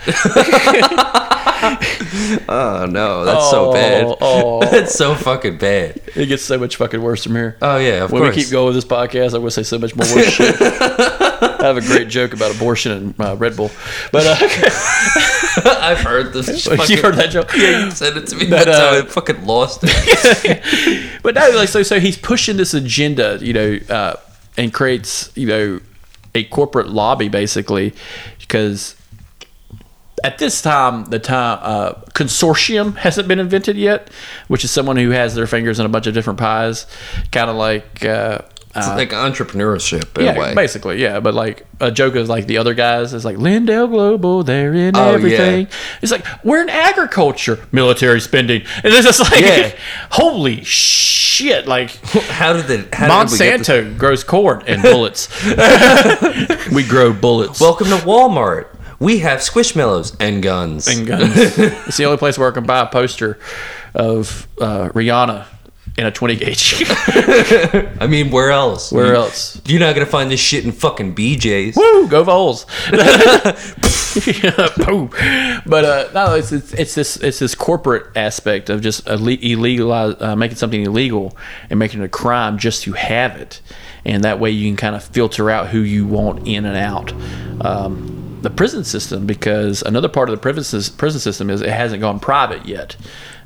S4: that. Oh no, that's so
S2: Oh,
S4: bad.
S2: oh.
S4: That's so fucking bad.
S2: It gets so much fucking worse from here.
S4: Oh yeah, of
S2: when
S4: course.
S2: we keep going with this podcast, I'm going to say so much more worse shit. I have a great joke about abortion and uh, Red Bull, but uh,
S4: I've heard this. fucking-
S2: you heard that joke.
S4: Yeah, you sent it to me.
S2: But,
S4: That's
S2: uh,
S4: how I fucking lost it.
S2: but no, like so, so he's pushing this agenda, you know, uh, and creates, you know, a corporate lobby basically, because at this time, the time uh, consortium hasn't been invented yet, which is someone who has their fingers in a bunch of different pies, kind of like. Uh,
S4: It's like entrepreneurship in a
S2: yeah,
S4: way.
S2: basically, yeah. But like a joke is like the other guys is like Lindell Global, they're in
S4: Oh, yeah.
S2: everything. It's like we're in agriculture, military spending, and it's just like,
S4: Yeah.
S2: holy shit! Like
S4: How did the how Did we get this-
S2: Monsanto grows corn and bullets. we grow bullets.
S4: Welcome to Walmart. We have squishmallows and guns.
S2: and guns. it's the only place where I can buy a poster of uh, Rihanna in a 20 gauge.
S4: I mean, where else?
S2: Where
S4: You-
S2: else?
S4: You're not gonna find this shit in fucking BJ's.
S2: Woo, go Vols! Boom. But uh, no, it's, it's it's this it's this corporate aspect of just ille- illegal uh, making something illegal and making it a crime just to have it, and that way you can kind of filter out who you want in and out. Um, the prison system, because another part of the prison sys- prison system is it hasn't gone private yet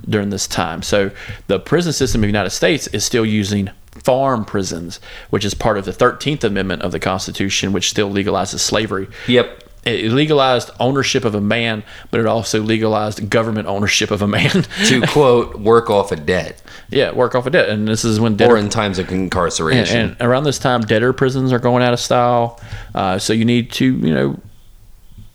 S2: during this time. So the prison system of the United States is still using farm prisons, which is part of the 13th Amendment of the Constitution, which still legalizes slavery.
S4: Yep.
S2: It legalized ownership of a man, but it also legalized government ownership of a man.
S4: To quote, work off a debt,
S2: yeah, work off a debt. And this is when
S4: or
S2: debtor
S4: in times of
S2: and,
S4: incarceration.
S2: and around this time, debtor prisons are going out of style. Uh, so you need to, you know,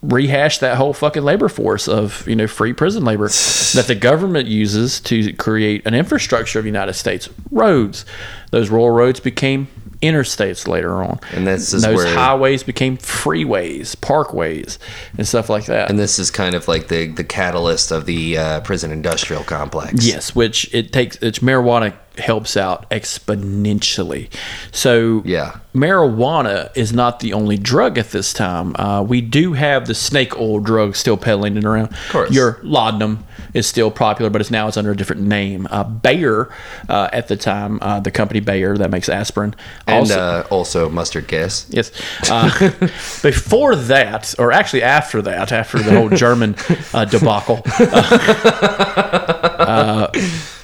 S2: rehash that whole fucking labor force of, you know, free prison labor that the government uses to create an infrastructure of the United States. Roads. Those rural roads became interstates later on.
S4: And this is
S2: those
S4: where-
S2: highways became freeways, parkways, and stuff like that.
S4: And this is kind of like the, the catalyst of the uh, prison industrial complex.
S2: Yes, which it takes. It's marijuana helps out exponentially. So
S4: Yeah.
S2: marijuana is not the only drug at this time. Uh, we do have the snake oil drug still peddling it around. Of
S4: course.
S2: your laudanum is still popular, but it's now it's under a different name. Uh, Bayer uh, at the time, uh, the company Bayer that makes aspirin.
S4: And also, uh, also mustard gas.
S2: Yes. Uh, before that, or actually after that, after the whole German uh, debacle, uh, uh,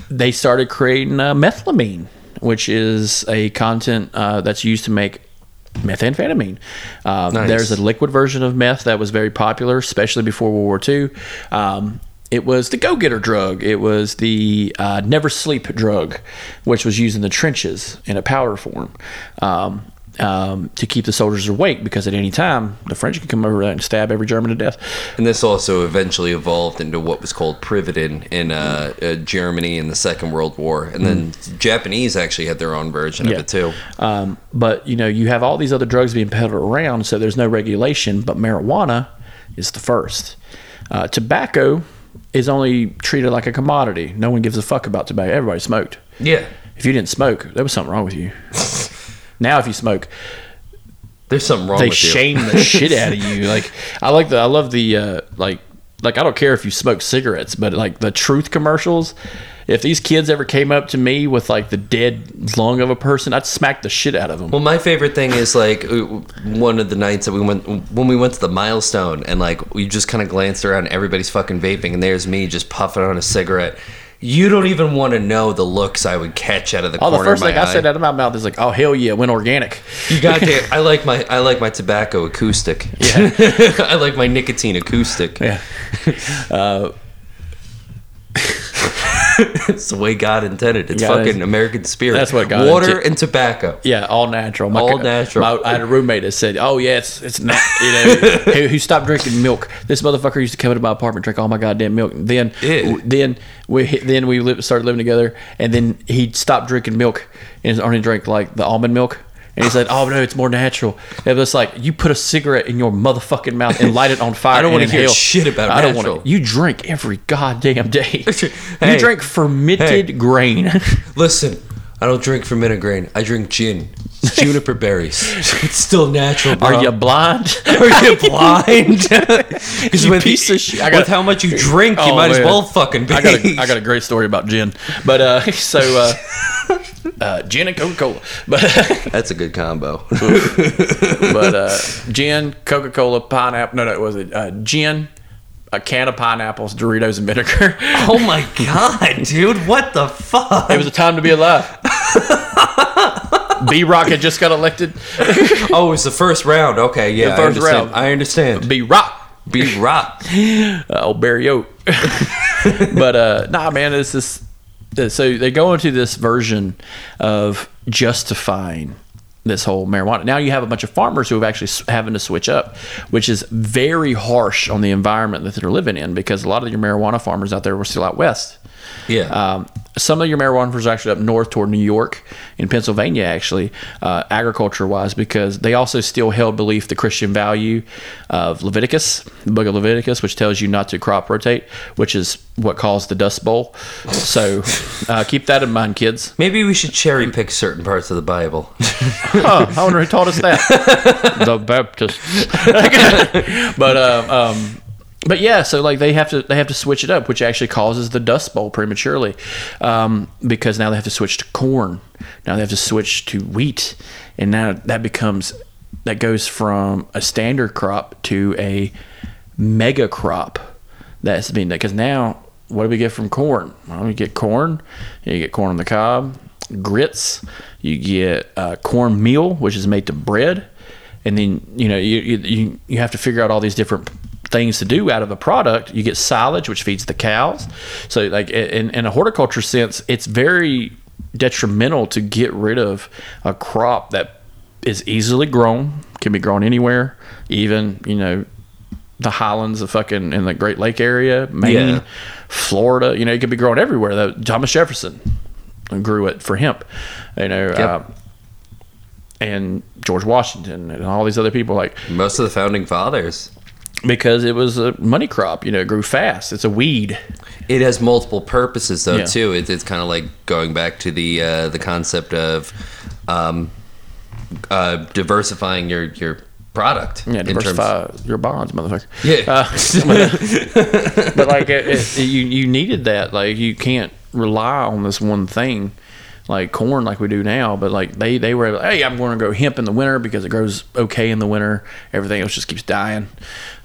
S2: they started creating uh, methylamine, which is a content uh, that's used to make methamphetamine. Uh,
S4: Nice.
S2: There's a liquid version of meth that was very popular, especially before World War II. Um, it was the go-getter drug. It was the uh, never sleep drug, which was used in the trenches in a powder form um, um, to keep the soldiers awake. Because at any time the French could come over there and stab every German to death.
S4: And this also eventually evolved into what was called Prividin in uh, uh, Germany in the Second World War. And then Japanese actually had their own version
S2: Mm. Yeah.
S4: of it too.
S2: Um, but you know, you have all these other drugs being peddled around, so there's no regulation. But marijuana is the first. Uh, tobacco is only treated like a commodity. No one gives a fuck about tobacco. Everybody smoked.
S4: Yeah.
S2: If you didn't smoke, there was something wrong with you. now, if you smoke,
S4: There's something wrong
S2: they
S4: with you.
S2: shame the shit out of you. Like I like the I love the uh, like like I don't care if you smoke cigarettes, but like the truth commercials. If these kids ever came up to me with like the dead lung of a person, I'd smack the shit out of them.
S4: Well, my favorite thing is like uh, one of the nights that we went when we went to the milestone, and like we just kind of glanced around. Everybody's fucking vaping, and there's me just puffing on a cigarette. You don't even want to know the looks I would catch out of the
S2: Oh,
S4: corner
S2: the first
S4: of my
S2: thing I
S4: eye.
S2: said out of my mouth is like, "Oh hell yeah, went organic."
S4: You goddamn! I like my I like my tobacco acoustic. Yeah, I like my nicotine acoustic.
S2: Yeah.
S4: It's the way God intended. It's
S2: Yeah, that
S4: fucking
S2: is-
S4: American spirit.
S2: that's what God
S4: Water
S2: intend-
S4: and tobacco.
S2: Yeah, all natural. My,
S4: All natural.
S2: My, I had a roommate that said, "Oh yeah, it's it's not." You know, who, who stopped drinking milk? This motherfucker used to come into my apartment, drink all my goddamn milk. And then,
S4: Ew.
S2: then we hit- then we lived, started living together, and then he stopped drinking milk and only drank like the almond milk. And he said, "Oh no, it's more natural." It was like you put a cigarette in your motherfucking mouth and light it on fire.
S4: I don't
S2: and
S4: wanna hear
S2: inhale.
S4: shit about
S2: I don't
S4: natural.
S2: want to. You drink every goddamn day.
S4: Hey.
S2: you drink fermented grain.
S4: Listen, I don't drink fermented grain. I drink gin, It's juniper berries. It's still natural. Bro.
S2: Are you blind?
S4: Are you blind? Because
S2: You
S4: with,
S2: piece of shit. I
S4: with
S2: gotta-
S4: how much you drink, you
S2: Oh,
S4: might as
S2: man.
S4: well fucking be.
S2: I got a, I got a great story about gin, but uh, so uh, uh, gin and Coca Cola, but
S4: That's a good combo.
S2: but uh, gin, Coca Cola, pineapple. No, no, it was it uh, gin, a can of pineapples, Doritos, and vinegar.
S4: oh my god, dude! What the fuck?
S2: It was a time to be alive. B Rock had just got elected.
S4: oh, it was the first round. Okay, yeah,
S2: The
S4: I
S2: first
S4: understand.
S2: round.
S4: I understand.
S2: B Rock.
S4: Be rock.
S2: uh, old Barry Oak. but uh, nah, man, it's this. uh, So they go into this version of justifying this whole marijuana. Now you have a bunch of farmers who have actually s- having to switch up, which is very harsh on the environment that they're living in because a lot of your marijuana farmers out there were still out west.
S4: Yeah.
S2: Um, some of your marijuana farmers are actually up north toward New York in Pennsylvania, actually, uh, agriculture wise, because they also still held belief the Christian value of Leviticus, the book of Leviticus, which tells you not to crop rotate, which is what caused the Dust Bowl. So uh, keep that in mind, kids.
S4: Maybe we should cherry pick certain parts of the Bible.
S2: Huh, I wonder who taught us that. the Baptist. but um, um, but yeah, so like they have to they have to switch it up, which actually causes the Dust Bowl prematurely, um, because now they have to switch to corn, now they have to switch to wheat, and now that becomes that goes from a standard crop to a mega crop. That's being that because now what do we get from corn? Well, you get corn, you get corn on the cob, grits, you get uh, corn meal, which is made to bread and then you know you, you- you you have to figure out all these different things to do out of the product you get silage which feeds the cows so like in, in a horticulture sense it's very detrimental to get rid of a crop that is easily grown can be grown anywhere even you know the highlands of fucking in the great lake area maine
S4: Yeah.
S2: florida you know it could be grown everywhere though thomas jefferson grew it for hemp you know uh, and George Washington and all these other people like
S4: Most of the founding fathers.
S2: because it was a money crop, you know, it grew fast. It's a weed.
S4: It has multiple purposes though
S2: Yeah.
S4: too. It, it's kind of like going back to the uh, the concept of um, uh, diversifying your your product.
S2: Yeah,
S4: In terms,
S2: diversify your bonds, motherfucker.
S4: Yeah.
S2: Uh, but like it, it, you you needed that. Like you can't rely on this one thing like corn like we do now, but like they they were able, hey, I'm going to go hemp in the winter because it grows okay in the winter. Everything else just keeps dying.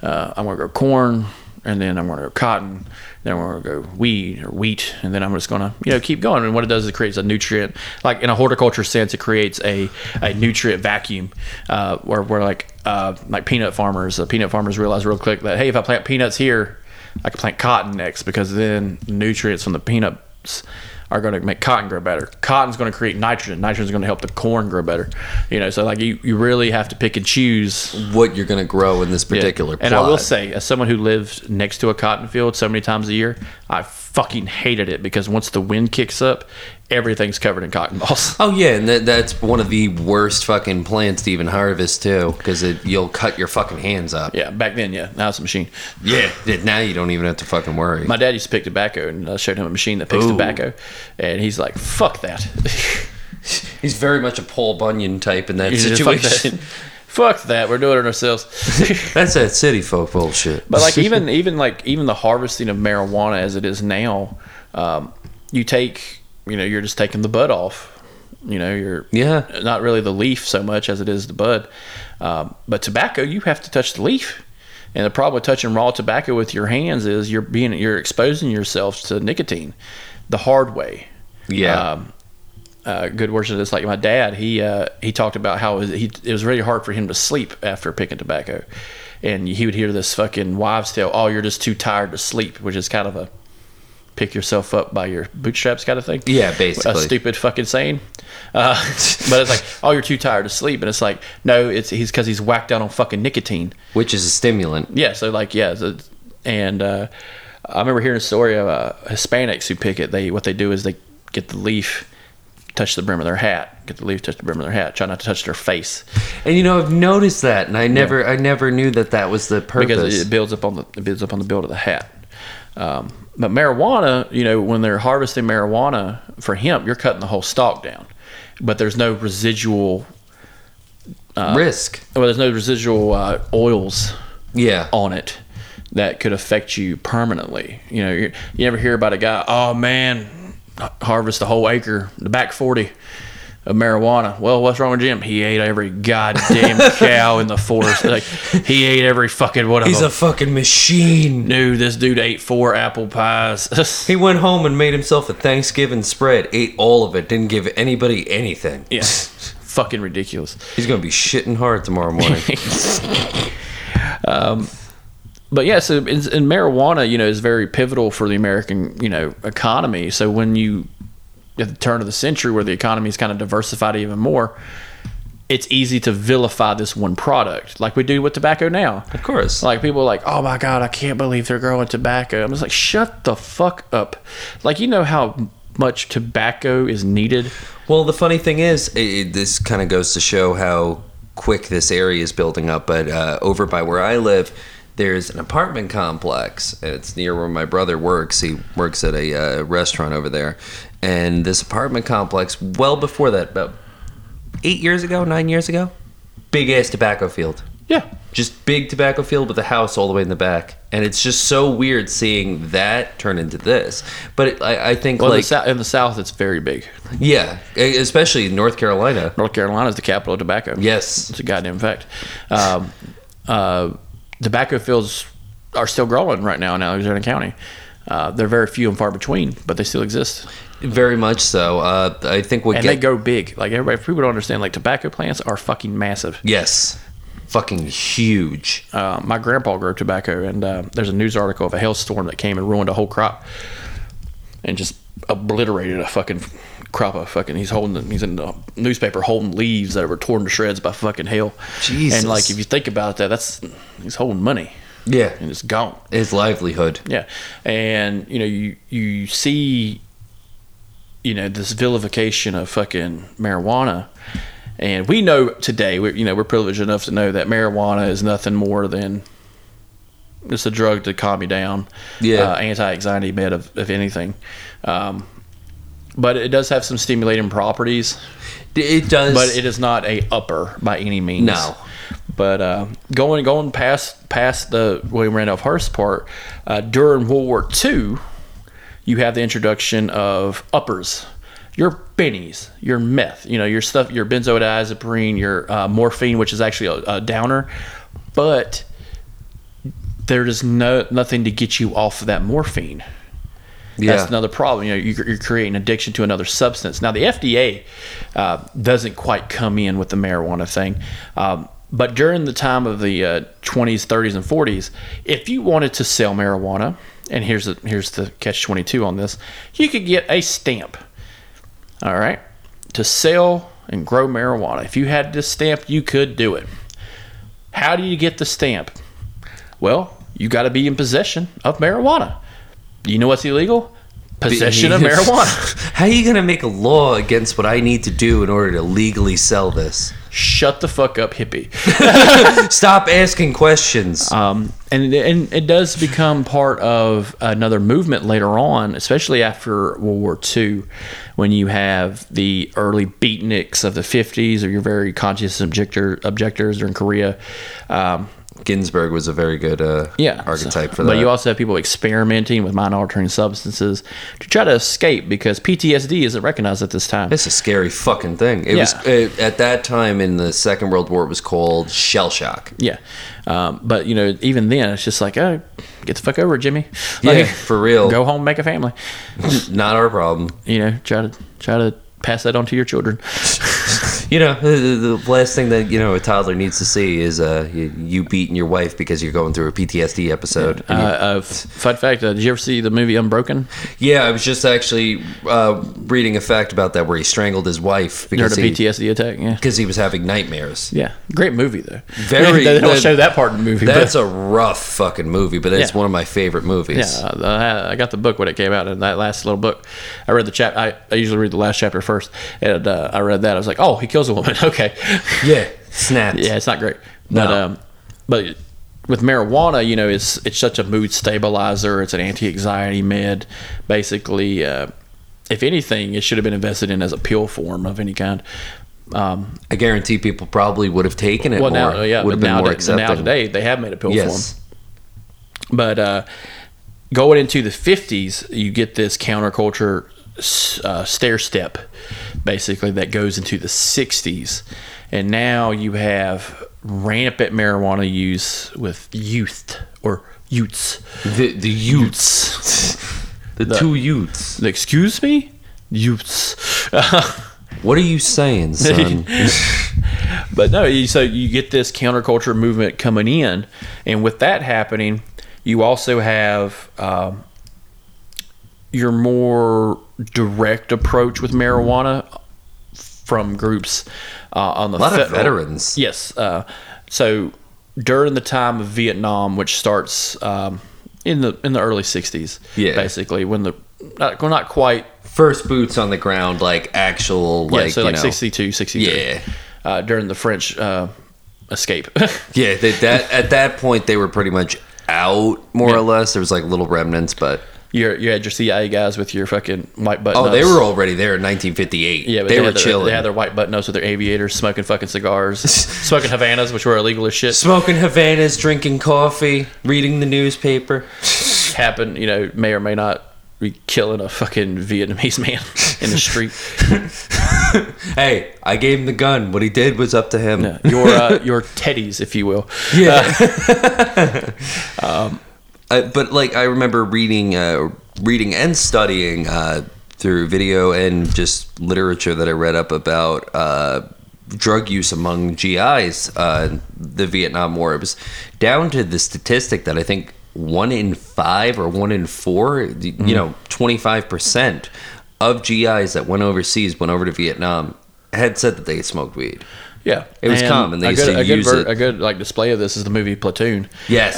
S2: Uh, I'm going to grow corn and then I'm going to go cotton, then I'm going to go weed or wheat, and then I'm just going to you know keep going. And what it does is it creates a nutrient, like in a horticulture sense, it creates a, a nutrient vacuum, uh, where where like uh, like peanut farmers, uh, peanut farmers realize real quick that hey, if I plant peanuts here, I can plant cotton next because then nutrients from the peanuts are going to make cotton grow better. Cotton's going to create nitrogen. Nitrogen's going to help the corn grow better. You know, so like you, you really have to pick and choose
S4: what you're going to grow in this
S2: yeah.
S4: particular plot.
S2: And I will say, as someone who lives next to a cotton field so many times a year, I fucking hated it because once the wind kicks up, everything's covered in cotton balls.
S4: Oh yeah, and that, that's one of the worst fucking plants to even harvest too, because you'll cut your fucking hands up.
S2: yeah, back then, yeah. Now it's a machine.
S4: Yeah, that- now you don't even have to fucking worry.
S2: My dad used to pick tobacco, and I showed him a machine that picks
S4: Ooh.
S2: tobacco, and he's like, "Fuck that."
S4: He's very much a Paul Bunyan type in that
S2: He's just, "Fuck that."
S4: situation.
S2: Fuck that. We're doing it ourselves.
S4: That's that city folk bullshit.
S2: But like even even like even the harvesting of marijuana as it is now, um, you take you know you're just taking the bud off. You know you're
S4: Yeah.
S2: not really the leaf so much as it is the bud. Um, but tobacco you have to touch the leaf. And the problem with touching raw tobacco with your hands is you're being you're exposing yourself to nicotine the hard way
S4: yeah,
S2: um, uh, good words of this. Like my dad, he uh, he talked about how it was, he, it was really hard for him to sleep after picking tobacco, and he would hear this fucking wives' tale, "Oh, you're just too tired to sleep," which is kind of a pick yourself up by your bootstraps kind of thing.
S4: Yeah, basically.
S2: a stupid fucking saying. Uh, but it's like, "Oh, you're too tired to sleep," and it's like, no, it's he's because he's whacked out on fucking nicotine.
S4: which is a stimulant.
S2: Yeah, so like yeah, so, and uh, I remember hearing a story of uh, Hispanics who pick it. They what they do is they get the leaf, touch the brim of their hat, get the leaf, touch the brim of their hat, try not to touch their face
S4: And you know, I've noticed that, and I never, I never knew that that was the purpose.
S2: because it, it builds up on the it builds up on the build of the hat. Um, but marijuana, you know, when they're harvesting marijuana for hemp, you're cutting the whole stalk down, but there's no residual.
S4: uh, Risk.
S2: Well, there's no residual uh, oils
S4: Yeah.
S2: on it that could affect you permanently. You know, you you never hear about a guy, oh man, harvest the whole acre, the back 40 of marijuana. Well, what's wrong with Jim? He ate every goddamn cow in the forest. Like, he ate every fucking one of
S4: He's a
S2: them.
S4: fucking machine.
S2: Dude, this dude ate four apple pies.
S4: He went home and made himself a Thanksgiving spread, ate all of it, didn't give anybody anything.
S2: yeah. fucking ridiculous.
S4: He's gonna be shitting hard tomorrow morning.
S2: Um, but yeah, so in, in marijuana, you know, is very pivotal for the American, you know, economy. So when you at the turn of the century, where the economy's kind of diversified even more, it's easy to vilify this one product, like we do with tobacco now.
S4: of course.
S2: Like people are like, oh my god, I can't believe they're growing tobacco. I'm just like, shut the fuck up. Like you know how much tobacco is needed.
S4: Well, the funny thing is, it, it- this kind of goes to show how quick this area is building up. But uh, over by where I live, there's an apartment complex. and It's near where my brother works. He works at a uh, restaurant over there. And this apartment complex, well before that, about eight years ago, nine years ago, big ass tobacco field.
S2: Yeah.
S4: Just big tobacco field with a house all the way in the back. And it's just so weird seeing that turn into this. But it, I, I think,
S2: Well, in,
S4: like,
S2: the sou- in the South, it's very big.
S4: yeah, e- especially in North Carolina.
S2: North Carolina is the capital of tobacco.
S4: Yes.
S2: It's a goddamn fact. Um, uh, tobacco fields are still growing right now in Alexander County. Uh, they're very few and far between, but they still exist.
S4: Very much so. Uh, I think what
S2: And
S4: get
S2: they go big. Like everybody, people don't understand. Like tobacco plants are fucking massive.
S4: yes, fucking huge.
S2: Uh, my grandpa grew tobacco, and uh, there's a news article of a hailstorm that came and ruined a whole crop, and just obliterated a fucking crop of fucking. He's holding, he's in the newspaper holding leaves that were torn to shreds by fucking hail.
S4: Jesus.
S2: And like if you think about that, that's he's holding money,
S4: Yeah,
S2: and it's gone.
S4: his livelihood.
S2: Yeah, and you know you you see, you know this vilification of fucking marijuana, and we know today we you know we're privileged enough to know that marijuana is nothing more than it's a drug to calm you down,
S4: Yeah.
S2: uh, anti anxiety med of, of anything, um, but it does have some stimulating properties,
S4: D- It does.
S2: but it is not a upper by any means.
S4: No.
S2: But uh, going going past past the William Randolph Hearst part uh, during World War II, you have the introduction of uppers, your bennies, your meth, you know your stuff, your benzodiazepine, your uh, morphine, which is actually a, a downer, but there is no nothing to get you off of that morphine.
S4: yeah.
S2: That's another problem. You know, you- you're creating addiction to another substance. Now, the FDA uh, doesn't quite come in with the marijuana thing, um, but during the time of the uh, 20s, 30s, and 40s, if you wanted to sell marijuana, and here's the here's the catch 22 on this, you could get a stamp. All right, to sell and grow marijuana. If you had this stamp, you could do it. How do you get the stamp? Well, you got to be in possession of marijuana. You know what's illegal? Possession of marijuana.
S4: How are you gonna make a law against what I need to do in order to legally sell this?
S2: Shut the fuck up, hippie.
S4: Stop asking questions.
S2: Um, and and it does become part of another movement later on, especially after World War II, when you have the early beatniks of the '50s, or your very conscious objector, objectors during Korea. Um,
S4: Ginsburg was a very good uh,
S2: yeah,
S4: archetype
S2: so-
S4: for that.
S2: But you also have people experimenting with mind altering substances to try to escape because PTSD isn't recognized at this time.
S4: It's a scary fucking thing. It was
S2: Yeah.
S4: uh at that time in the Second World War. It was called shell shock.
S2: Yeah. Um, but, you know, even then, it's just like, oh, get the fuck over it, Jimmy.
S4: Yeah,
S2: Like,
S4: for real.
S2: Go home, make a family.
S4: Not our problem.
S2: You know, try to try to pass that on to your children.
S4: You know, the, the last thing that you know a toddler needs to see is uh, you, you beating your wife because you're going through a PTSD episode.
S2: Uh, uh, f- fun fact uh, Did you ever see the movie Unbroken?
S4: yeah, I was just actually uh, reading a fact about that where he strangled his wife
S2: During a
S4: because he,
S2: PTSD attack? Yeah.
S4: because he was having nightmares.
S2: Yeah. Great movie, though.
S4: Very-
S2: they don't
S4: that-
S2: show that part in the movie. but-
S4: That's a rough fucking movie, but it's
S2: Yeah.
S4: one of my favorite movies.
S2: Yeah, uh, I I got the book when it came out, and that last little book, I read the chap. I, I usually read the last chapter first, and uh, I read that. I was like, "Oh, he kills a woman." Okay,
S4: Yeah, snapped.
S2: Yeah, it's not great. But
S4: No.
S2: um, but with marijuana, you know, it's it's such a mood stabilizer. It's an anti-anxiety med. Basically, uh, if anything, it should have been invested in as a pill form of any kind. Um,
S4: I guarantee people probably would have taken it
S2: well,
S4: more.
S2: now, yeah,
S4: would
S2: but
S4: have been
S2: now,
S4: more
S2: that- now
S4: accepting.
S2: today they have made a pill form.
S4: yes,
S2: But uh, going into the 50s, you get this counterculture uh, stair step, basically, that goes into the 60s. And now you have rampant marijuana use with youth or youths.
S4: the the youths, the, two youths.
S2: Excuse me? Youths.
S4: What are you saying, son?
S2: but no, you, so you get this counterculture movement coming in, and with that happening, you also have um, your more direct approach with marijuana from groups uh, on the
S4: A lot of
S2: federal-
S4: veterans.
S2: Yes. Uh, so during the time of Vietnam, which starts um, in the in the early '60s,
S4: Yeah.
S2: basically when the not, well, not quite
S4: first boots on the ground, like actual,
S2: Yeah,
S4: like
S2: so
S4: you
S2: like
S4: know,
S2: 62, 63.
S4: Yeah.
S2: Uh, during the French uh, escape.
S4: yeah. They, that at that point they were pretty much out, more or less. There was like little remnants, but
S2: you you had your CIA guys with your fucking white button
S4: oh, they were already there in 1958.
S2: Yeah, but
S4: they, were
S2: had their-
S4: chilling.
S2: They had their white button ups with their aviators, smoking fucking cigars, smoking Havanas, which were illegal as shit.
S4: Smoking Havanas, drinking coffee, reading the newspaper.
S2: Happen, you know, may or may not be killing a fucking Vietnamese man in the street.
S4: Hey, I gave him the gun. What he did was up to him.
S2: your uh, your teddies, if you will.
S4: Yeah. I- but like I remember reading, uh, reading and studying uh, through video and just literature that I read up about uh, drug use among GIs. Uh, the Vietnam War it was down to the statistic that I think one in five or one in four, you know, twenty five percent of GIs that went overseas went over to Vietnam had said that they had smoked weed.
S2: Yeah,
S4: It was common. They
S2: a
S4: used
S2: good,
S4: to
S2: a good
S4: use it.
S2: A good like display of this is the movie Platoon. Um,
S4: Yes.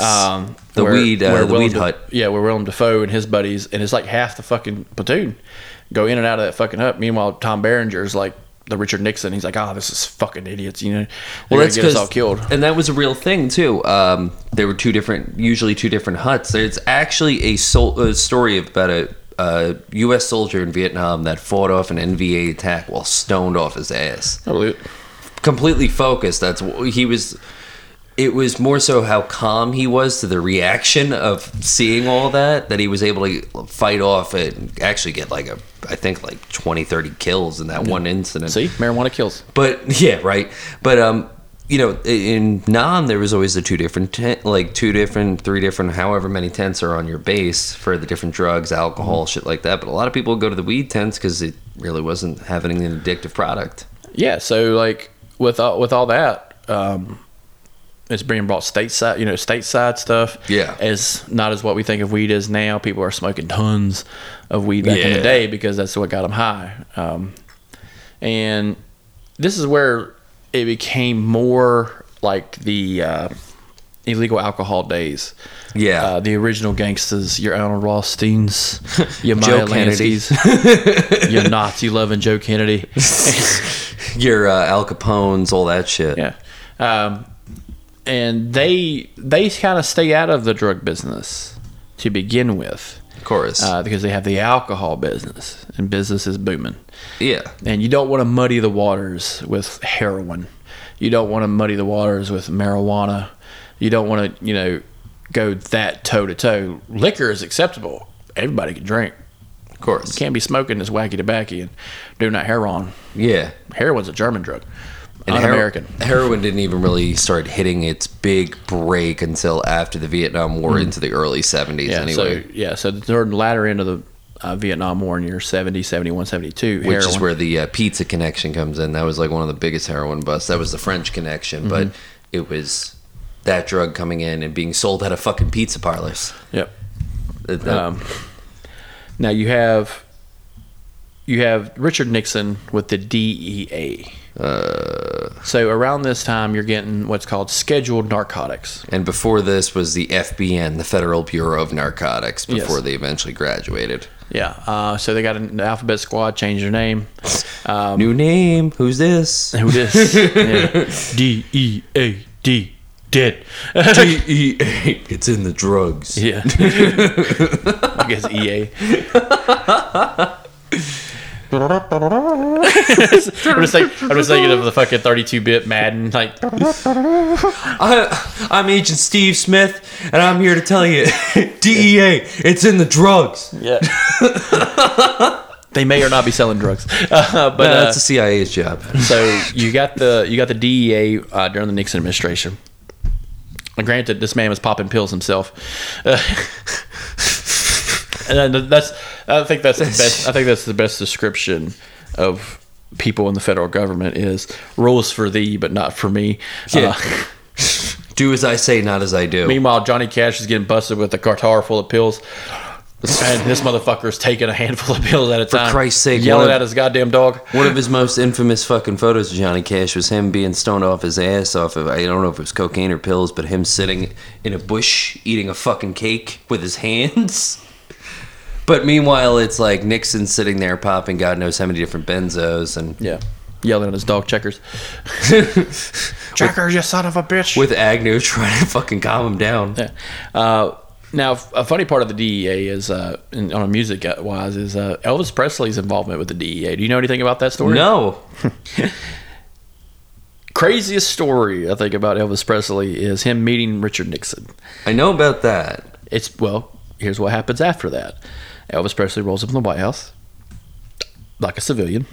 S4: The weed, uh, the
S2: Willem
S4: weed
S2: Da-
S4: hut.
S2: Yeah, where Willem Dafoe and his buddies, and it's like half the fucking platoon go in and out of that fucking hut. Meanwhile, Tom Berenger's like the Richard Nixon. He's like, ah, this is fucking idiots. You know, well,
S4: Well,
S2: let's
S4: that's
S2: get us
S4: 'cause-
S2: all killed.
S4: and that was a real thing too. Um, there were two different, usually two different huts. There's actually a, sol- a story about a, a U.S. soldier in Vietnam that fought off an NVA attack while stoned off his ass,
S2: I believe it.
S4: completely focused. That's wh- he was. It was more so how calm he was to the reaction of seeing all that that he was able to fight off and actually get like a I think like 20 30 kills in that one incident.
S2: See, marijuana kills.
S4: But yeah, right. But um, you know, i- in Nam there was always the two different tent, like two different, three different, however many tents are on your base for the different drugs,
S2: Mm-hmm.
S4: alcohol, shit like that. But a lot of people go to the weed tents because it really wasn't having an addictive product.
S2: Yeah, so like with all, with all that, um, it's being brought stateside. You know, stateside stuff.
S4: Yeah.
S2: is not as what we think of weed is now. People are smoking tons of weed back in the
S4: Yeah.
S2: day because that's what got them high. Um, and this is where it became more like the uh, illegal alcohol days.
S4: Yeah.
S2: Uh, the original gangsters, your Arnold Rothsteins, your Maya
S4: Joe
S2: Lansky's, your Nazi loving Joe Kennedy.
S4: Your uh, Al Capones, all that shit.
S2: Yeah. Um, and they they kind of stay out of the drug business to begin with
S4: Of course.
S2: uh, because they have the alcohol business and business is booming.
S4: yeah.
S2: And you don't want to muddy the waters with heroin. You don't want to muddy the waters with marijuana. You don't want to, you know, go that toe to toe. Liquor is acceptable. Everybody can drink.
S4: Of course.
S2: Can't be smoking this wacky tobacco and doing that heroin.
S4: yeah.
S2: Heroin's a German drug.
S4: And
S2: Un
S4: hero-
S2: American.
S4: heroin didn't even really start hitting its big break until after the Vietnam War into the early 70s,
S2: Mm. Yeah,
S4: anyway.
S2: so yeah, so the third and latter end of the uh, Vietnam War in year 70, 71, 72,
S4: which
S2: heroin.
S4: is where the uh, pizza connection comes in. That was like one of the biggest heroin busts. That was the French connection, but
S2: Mm-hmm.
S4: it was that drug coming in and being sold at a fucking pizza parlors.
S2: yep.
S4: That- that-
S2: Um, Now you have you have Richard Nixon with the DEA. so around this time, you're getting what's called scheduled narcotics.
S4: and before this was the FBN, the Federal Bureau of Narcotics,
S2: Yes.
S4: before they eventually graduated.
S2: Yeah. Uh, so they got an the Alphabet Squad, changed their name. Um,
S4: New name, who's this?
S2: Who this? Yeah. D E A D. Dead.
S4: DEA. It's in the drugs.
S2: Yeah. I guess E EA. I'm just like I'm just thinking of the fucking 32-bit Madden. Like,
S4: I, I'm Agent Steve Smith, and I'm here to tell you, DEA, it's in the drugs.
S2: yeah. they may or not be selling drugs, uh, but uh,
S4: That's the CIA's job.
S2: so you got the you got the DEA uh, during the Nixon administration. And granted, this man was popping pills himself, Uh, and then that's I think that's the best. I think that's the best description of people in the federal government is rules for thee, but not for me.
S4: Yeah.
S2: Uh,
S4: Do as I say, not as I do.
S2: meanwhile, Johnny Cash is getting busted with a cartar full of pills. And this motherfucker's taking a handful of pills at a time.
S4: Christ's sake,
S2: yelling
S4: one of-
S2: at his goddamn dog.
S4: One of his most infamous fucking photos of Johnny Cash was him being stoned off his ass off of I don't know if it was cocaine or pills, but him sitting in a bush eating a fucking cake with his hands. But meanwhile, it's like Nixon sitting there popping God knows how many different benzos and
S2: Yeah. Yelling at his dog checkers. checkers, you son of a bitch.
S4: with Agnew trying to fucking calm him down.
S2: Yeah. Uh, now, f- a funny part of the DEA is, uh, in, on a music wise, is uh, Elvis Presley's involvement with the DEA. Do you know anything about that story?
S4: No.
S2: Craziest story I think about Elvis Presley is him meeting Richard Nixon.
S4: I know about that.
S2: It's well, here's what happens after that. Elvis Presley rolls up in the White House like a civilian,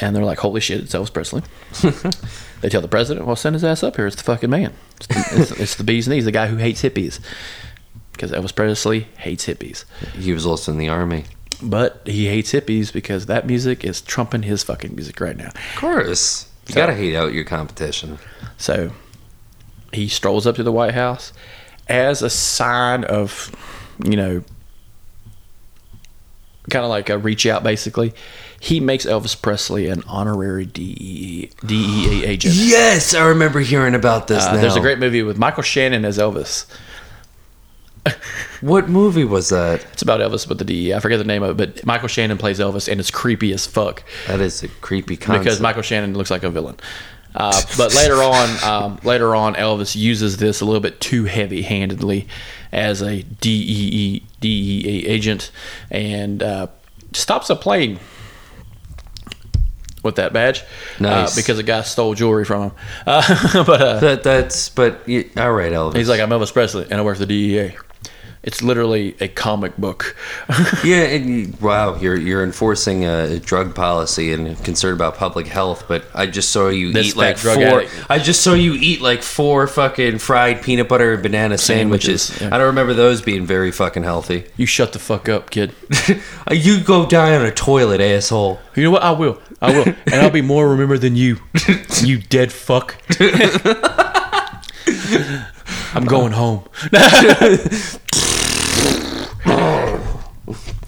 S2: and they're like, "Holy shit, it's Elvis Presley." they tell the president, "Well, send his ass up here. It's the fucking man. It's the, it's, it's the bee's knees. The guy who hates hippies." Because Elvis Presley hates hippies.
S4: He was also in the army.
S2: But he hates hippies because that music is trumping his fucking music right now.
S4: Of course. You gotta hate out your competition.
S2: So he strolls up to the White House as a sign of, you know, kind of like a reach out basically. He makes Elvis Presley an honorary E, DEA, DEA agent.
S4: Yes, I remember hearing about this.
S2: Uh,
S4: now.
S2: there's a great movie with Michael Shannon as Elvis.
S4: What movie was that?
S2: It's about Elvis but the DEA. I forget the name of it, but Michael Shannon plays Elvis and it's creepy as fuck.
S4: That is a creepy concept.
S2: because Michael Shannon looks like a villain. Uh, but later on, um, later on, Elvis uses this a little bit too heavy-handedly as a E DEE DEA E agent, and uh, stops a plane with that badge
S4: Nice.
S2: uh, because a guy stole jewelry from him. Uh, but uh,
S4: that that's but you, all right, Elvis.
S2: he's like, "I'm Elvis Presley, and I work for the DEA." It's literally a comic book.
S4: yeah, and you, wow, you're you're enforcing a drug policy and concerned about public health, but I just saw you
S2: This
S4: eat
S2: fat
S4: like
S2: drug
S4: four.
S2: addict.
S4: I just saw you eat like four fucking fried peanut butter and banana sandwiches.
S2: Sandwiches, yeah.
S4: I don't remember those being very fucking healthy. Uh,
S2: you shut the fuck up, kid.
S4: you go die on a toilet, asshole.
S2: You know what? I will. I will. And I'll be more remembered than you. You dead fuck. I'm going home.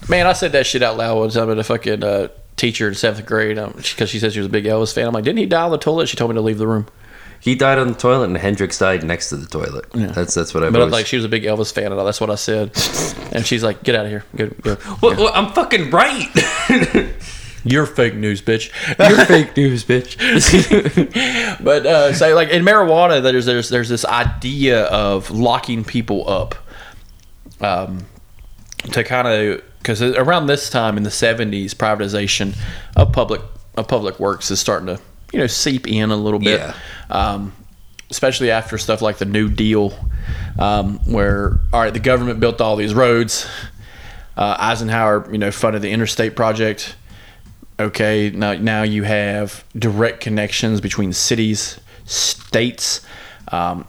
S2: Man, I said that shit out loud one time at a fucking uh, teacher in seventh grade because she said she was a big Elvis fan. I'm like, didn't he die on the toilet? She told me to leave the room.
S4: He died on the toilet, and Hendrix died next to the toilet. That's that's what I.
S2: But
S4: But
S2: like, she was a big Elvis fan, and all. that's what I said. And she's like, get out of here. Go, go.
S4: well, well, I'm fucking right.
S2: You're fake news, bitch.
S4: You're fake news, bitch.
S2: But uh, so, like in marijuana, there's there's there's this idea of locking people up, um, to kind of because around this time in the '70s, privatization of public of public works is starting to you know seep in a little bit,
S4: Yeah.
S2: um, especially after stuff like the New Deal, um, where all right, the government built all these roads. Uh, Eisenhower, you know, funded the interstate project okay now, now you have direct connections between cities states um,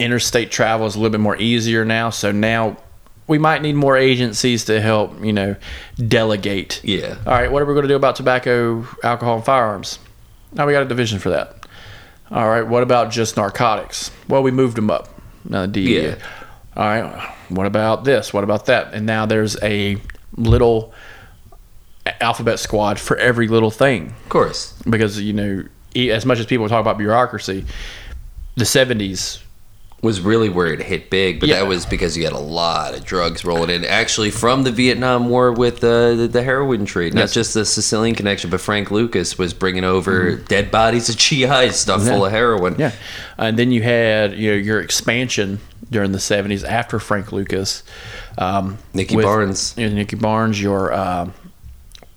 S2: interstate travel is a little bit more easier now so now we might need more agencies to help you know delegate
S4: Yeah.
S2: all right what are we going to do about tobacco alcohol and firearms now we got a division for that all right what about just narcotics well we moved them up now the DEA.
S4: Yeah.
S2: all right what about this what about that and now there's a little alphabet squad for every little thing
S4: of course.
S2: because you know e- as much as people talk about bureaucracy the 70s
S4: was really where it hit big, but
S2: Yeah.
S4: that was because you had a lot of drugs rolling in. Actually, from the Vietnam War with uh, the, the heroin trade, not
S2: Yes.
S4: just the Sicilian connection, but Frank Lucas was bringing over dead bodies of GIs stuff full of heroin.
S2: Mm-hmm. yeah Uh, and then you had you know your expansion during the 70s after frank lucas um,
S4: Nicky Barnes.
S2: you know, nicky barnes your um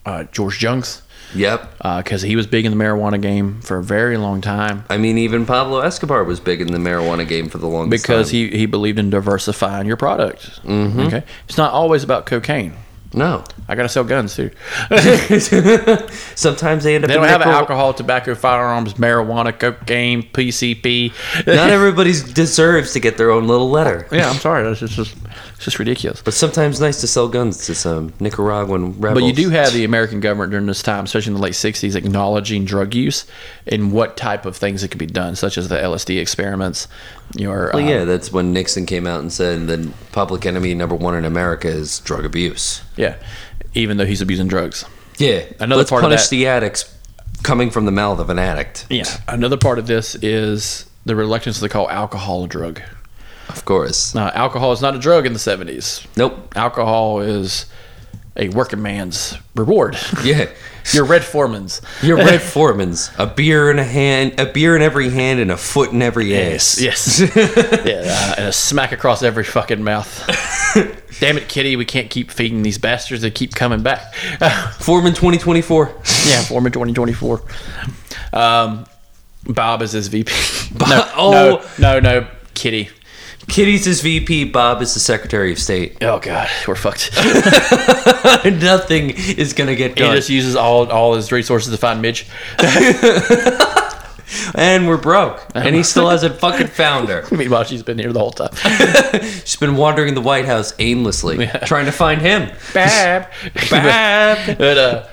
S2: uh, george junks
S4: Yep.
S2: because he was big in the marijuana game for a very long time
S4: I mean, even Pablo Escobar was big in the marijuana game for the longest time.
S2: because he, he believed in diversifying your product okay it's not always about cocaine
S4: no.
S2: i gotta sell guns too
S4: Sometimes they end up.
S2: They
S4: in
S2: don't have
S4: nickel-
S2: alcohol, tobacco, firearms, marijuana, cocaine, PCP.
S4: Not everybody deserves to get their own little letter.
S2: yeah, I'm sorry, that's just, just it's just ridiculous.
S4: But sometimes nice to sell guns to some Nicaraguan rebels.
S2: But you do have the American government during this time, especially in the late '60s, acknowledging drug use and what type of things that could be done, such as the LSD experiments. Your
S4: Well,
S2: uh,
S4: yeah, that's when Nixon came out and said the public enemy number one in America is drug abuse.
S2: yeah, even though he's abusing drugs.
S4: Yeah,
S2: Another
S4: let's
S2: part of
S4: punish
S2: that-
S4: the addicts coming from the mouth of an addict.
S2: Yeah. Another part of this is the reluctance to call alcohol a drug.
S4: Of course.
S2: Uh, alcohol is not a drug in the 70s.
S4: Nope.
S2: Alcohol is a working man's reward.
S4: Yeah.
S2: Your red foreman's.
S4: You're Red Foreman's. A beer in a hand, a beer in every hand, and a foot in every ass.
S2: Yes. yeah, uh, and a smack across every fucking mouth. Damn it, Kitty, we can't keep feeding these bastards. They keep coming back.
S4: Foreman 2024.
S2: yeah, former 2024. Um, Bob is his VP.
S4: Bob-
S2: no,
S4: oh.
S2: no, no, no, Kitty.
S4: Kitty's his VP. Bob is the Secretary of State.
S2: Oh, God, we're fucked.
S4: Nothing is gonna get
S2: he
S4: done.
S2: just uses all, all his resources to find Midge.
S4: and we're broke. And he still hasn't fucking found her.
S2: Meanwhile, she's been here the whole time.
S4: She's been wandering the White House aimlessly, trying to find him.
S2: Bab.
S4: Bab.
S2: but uh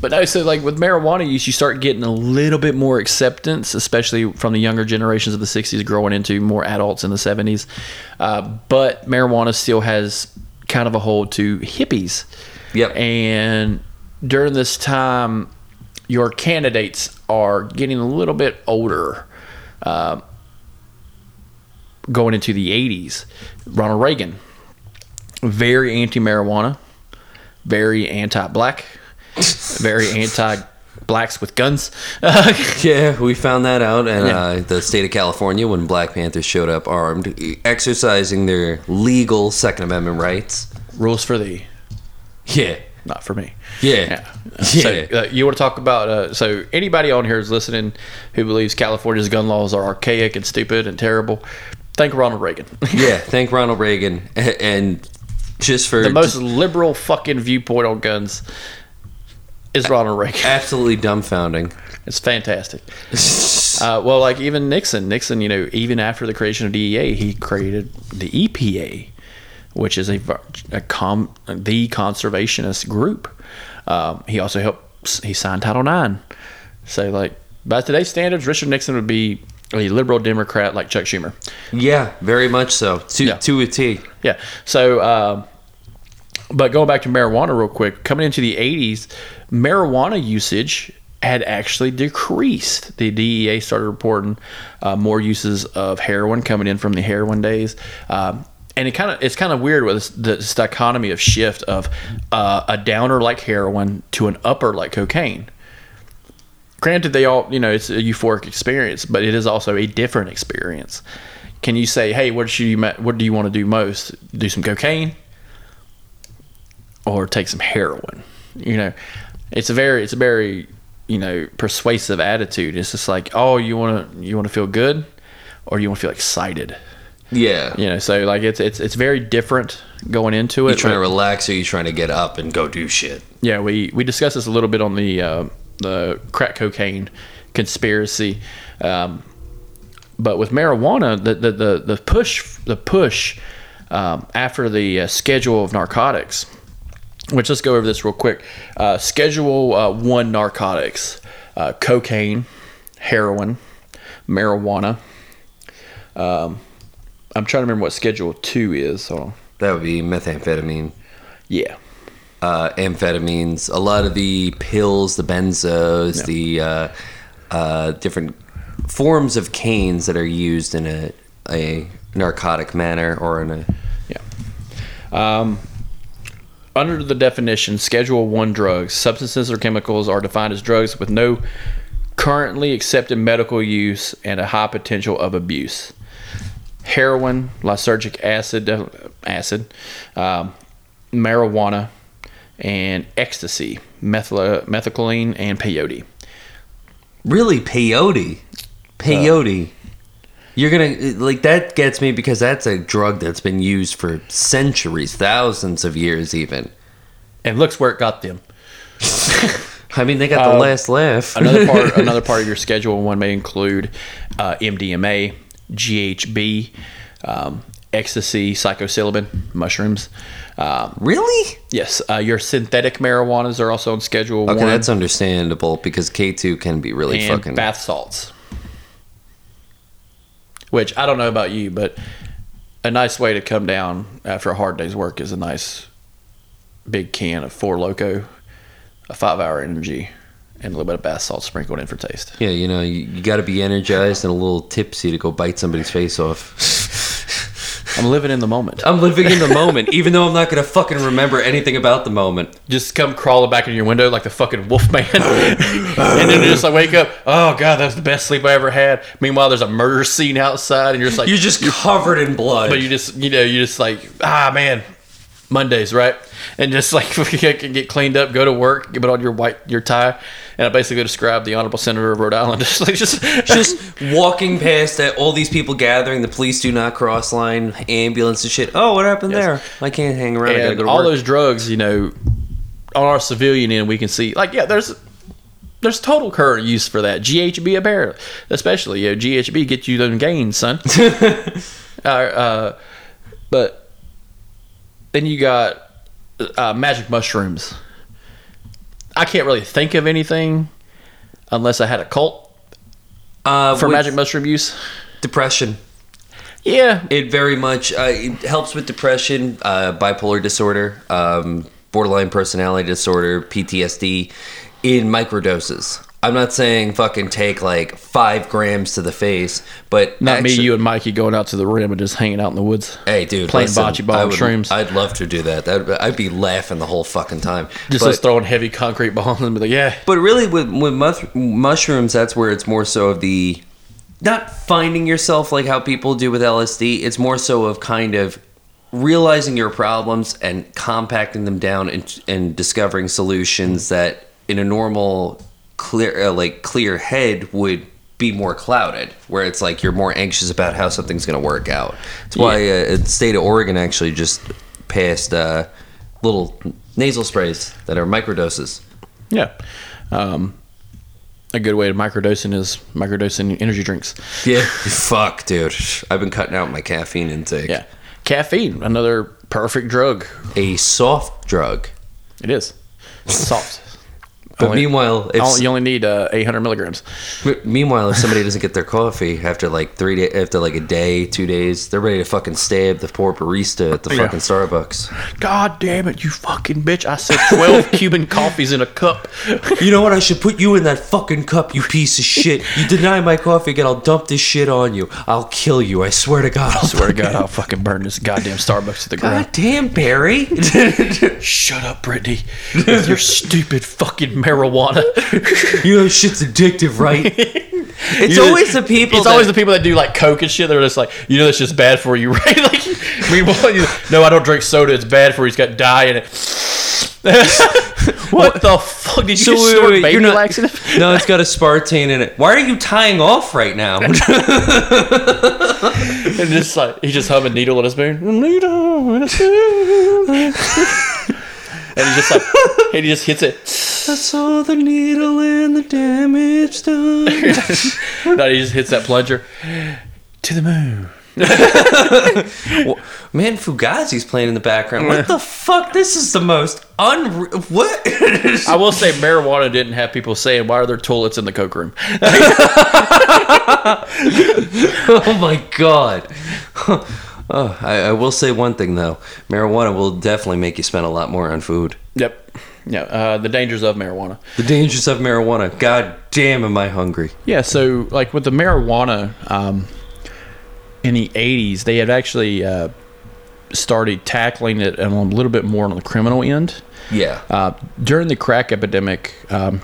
S2: but no, so like with marijuana use, you start getting a little bit more acceptance, especially from the younger generations of the '60s, growing into more adults in the '70s. Uh, but marijuana still has kind of a hold to hippies.
S4: Yep.
S2: And during this time, your candidates are getting a little bit older. Um going into the '80s, Ronald Reagan, very anti-marijuana, very anti-black, very anti-blacks with guns.
S4: Yeah, we found that out in
S2: Yeah.
S4: uh, the state of California when Black Panthers showed up armed, e- exercising their legal Second Amendment rights.
S2: Rules for thee,
S4: Yeah.
S2: not for me.
S4: Yeah.
S2: Uh, so,
S4: Yeah.
S2: uh, you want to talk about uh, so anybody on here who's listening who believes California's gun laws are archaic and stupid and terrible, thank Ronald Reagan,
S4: Yeah. Thank Ronald Reagan. A- And just for
S2: the most liberal fucking viewpoint on guns. Is Ronald Reagan?
S4: absolutely dumbfounding.
S2: It's fantastic. Uh, well, like even Nixon, Nixon, you know, even after the creation of DEA, he created the EPA, which is a, v- a com, the conservationist group. Um, he also helped. He signed Title IX. So, like by today's standards, Richard Nixon would be a liberal Democrat like Chuck Schumer.
S4: yeah, very much so. To,
S2: Yeah.
S4: to a T.
S2: Yeah. So, um, but going back to marijuana real quick, coming into the 80s, marijuana usage had actually decreased. The DEA started reporting uh, more uses of heroin coming in from the heroin days. Um, and it kind of it's kind of weird with this, this dichotomy of shift of uh, a downer like heroin to an upper like cocaine. Granted, they all you know it's a euphoric experience, but it is also a different experience. Can you say, hey, what should you ma- what do you want to do most? Do some cocaine, or take some heroin. You know, it's a very it's a very you know persuasive attitude. It's just like, oh, you want to you want to feel good, or you want to feel excited.
S4: Yeah.
S2: You know, so like it's it's it's very different going into it.
S4: You trying to
S2: Like-
S4: relax or you trying to get up and go do shit?
S2: yeah, we we discussed this a little bit on the uh, the crack cocaine conspiracy, um, but with marijuana, the the the, the push the push um, after the uh, schedule of narcotics, which let's go over this real quick. Uh, schedule uh, one narcotics: uh, cocaine, heroin, marijuana. Um, I'm trying to remember what schedule two is. Hold on.
S4: That would be methamphetamine.
S2: Yeah.
S4: uh, amphetamines, a lot of the pills, the benzos, the uh, uh, different forms of canes that are used in a, a narcotic manner or in a
S2: Yeah. Um, under the definition, Schedule 1 drugs, substances or chemicals are defined as drugs with no currently accepted medical use and a high potential of abuse. Heroin, lysergic acid, def- acid, um, marijuana, and ecstasy, methyl, methylcholine, and peyote.
S4: really peyote. Peyote.
S2: Uh.
S4: You're gonna like that gets me because that's a drug that's been used for centuries, thousands of years, even.
S2: And looks where it got them.
S4: I mean, they got the
S2: Uh,
S4: last laugh.
S2: another part another part of your schedule one may include uh, MDMA, GHB, um, ecstasy, psilocybin, mushrooms. Um,
S4: really?
S2: yes, uh, your synthetic marijuanas are also on schedule
S4: Okay,
S2: one.
S4: that's understandable because K two can be really
S2: and
S4: fucking.
S2: bath salts. Which I don't know about you, but a nice way to come down after a hard day's work is a nice big can of Four Loco, a five-hour energy, and a little bit of bath salt sprinkled in for taste.
S4: Yeah, you know, you, you got to be energized and a little tipsy to go bite somebody's face off.
S2: I'm living in the moment.
S4: I'm living in the moment, even though I'm not gonna fucking remember anything about the moment.
S2: Just come crawling back in your window like the fucking wolf man. and then you just like wake up. Oh god, that was the best sleep I ever had. Meanwhile, there's a murder scene outside, and you're just like,
S4: You're just covered in blood.
S2: but you just you know you just like ah man, Mondays right, and just like you can get cleaned up, go to work, put on your white your tie, and I basically described the honorable senator of Rhode Island just like just
S4: just walking past that, all these people gathering, the police do not cross line, ambulance and shit. Oh, what happened there? I can't hang around. I gotta
S2: and
S4: go to
S2: all
S4: work.
S2: those drugs, you know, on our civilian end, we can see like yeah, there's there's total current use for that GHB a barrel, especially you know, GHB get you them gains, son. uh, uh, but then you got uh, magic mushrooms. I can't really think of anything unless I had a cult
S4: uh,
S2: for
S4: with
S2: magic mushroom use.
S4: depression.
S2: Yeah,
S4: It very much uh, it helps with depression, uh, bipolar disorder, um, borderline personality disorder, PTSD, in microdoses. I'm not saying fucking take like five grams to the face, but
S2: not me,
S4: actu-
S2: you, and Mikey going out to the rim and just hanging out in the woods.
S4: Hey, dude,
S2: playing
S4: listen,
S2: bocce ball
S4: I
S2: and
S4: would-
S2: shrooms.
S4: I'd love to do that. That'd, I'd be laughing the whole fucking time.
S2: Just
S4: but,
S2: us throwing heavy concrete bombs and be like, yeah,
S4: but really, with with mush, mushrooms, that's where it's more so of the not finding yourself like how people do with LSD. It's more so of kind of realizing your problems and compacting them down and and discovering solutions that in a normal clear uh, like clear head would be more clouded where it's like you're more anxious about how something's going to work out that's why uh, the state of oregon actually just passed uh, little nasal sprays that are microdoses
S2: Yeah. Um, a good way to microdosing is microdosing energy drinks.
S4: Yeah. Fuck, dude. I've been cutting out my caffeine intake.
S2: Yeah. Caffeine, another perfect drug.
S4: A soft drug.
S2: It is. It's soft.
S4: But
S2: Only-
S4: meanwhile, if
S2: Only- you only need uh, 800 milligrams.
S4: m- meanwhile, if somebody doesn't get their coffee after like three day, after like a day, two days, they're ready to fucking stab the poor barista at the
S2: Yeah.
S4: fucking Starbucks.
S2: God damn it, you fucking bitch. I said 12 Cuban coffees in a cup.
S4: You know what? I should put you in that fucking cup, you piece of shit. You deny my coffee again, I'll dump this shit on you. I'll kill you. I swear to God. I'll
S2: Swear to God, I'll fucking burn this goddamn Starbucks to the ground.
S4: God damn, Barry.
S2: Shut up, Brittany. With your stupid fucking marijuana.
S4: you know shit's addictive, right? It's
S2: You-
S4: always the people.
S2: It's
S4: that-
S2: always the people that do like coke and shit. They're just like, you know, that's just bad for you, right? Like, meanwhile, you, no, I don't drink soda. It's bad for you. It's got dye in it. what the fuck did you
S4: So
S2: just
S4: wait,
S2: snort
S4: wait,
S2: baby
S4: you're not-
S2: laxative?
S4: No, it's got aspartame in it. Why are you tying off right now?
S2: And just like he just hum a needle in a spoon. Needle in a spoon. and he just like and he just hits it.
S4: I saw the needle and the damage done.
S2: No, he just hits that plunger to the moon.
S4: Man, Fugazi's playing in the background. What the fuck? This is the most unreal. What?
S2: I will say marijuana didn't have people saying why are there toilets in the coke room.
S4: oh my god. Oh, I, I will say one thing though. Marijuana will definitely make you spend a lot more on food.
S2: Yep. Yeah. Uh, the dangers of marijuana.
S4: The dangers of marijuana. God damn, am I hungry?
S2: Yeah, so like with the marijuana um, in the '80s, they had actually uh, started tackling it and a little bit more on the criminal end.
S4: Yeah.
S2: Uh, during the crack epidemic, um,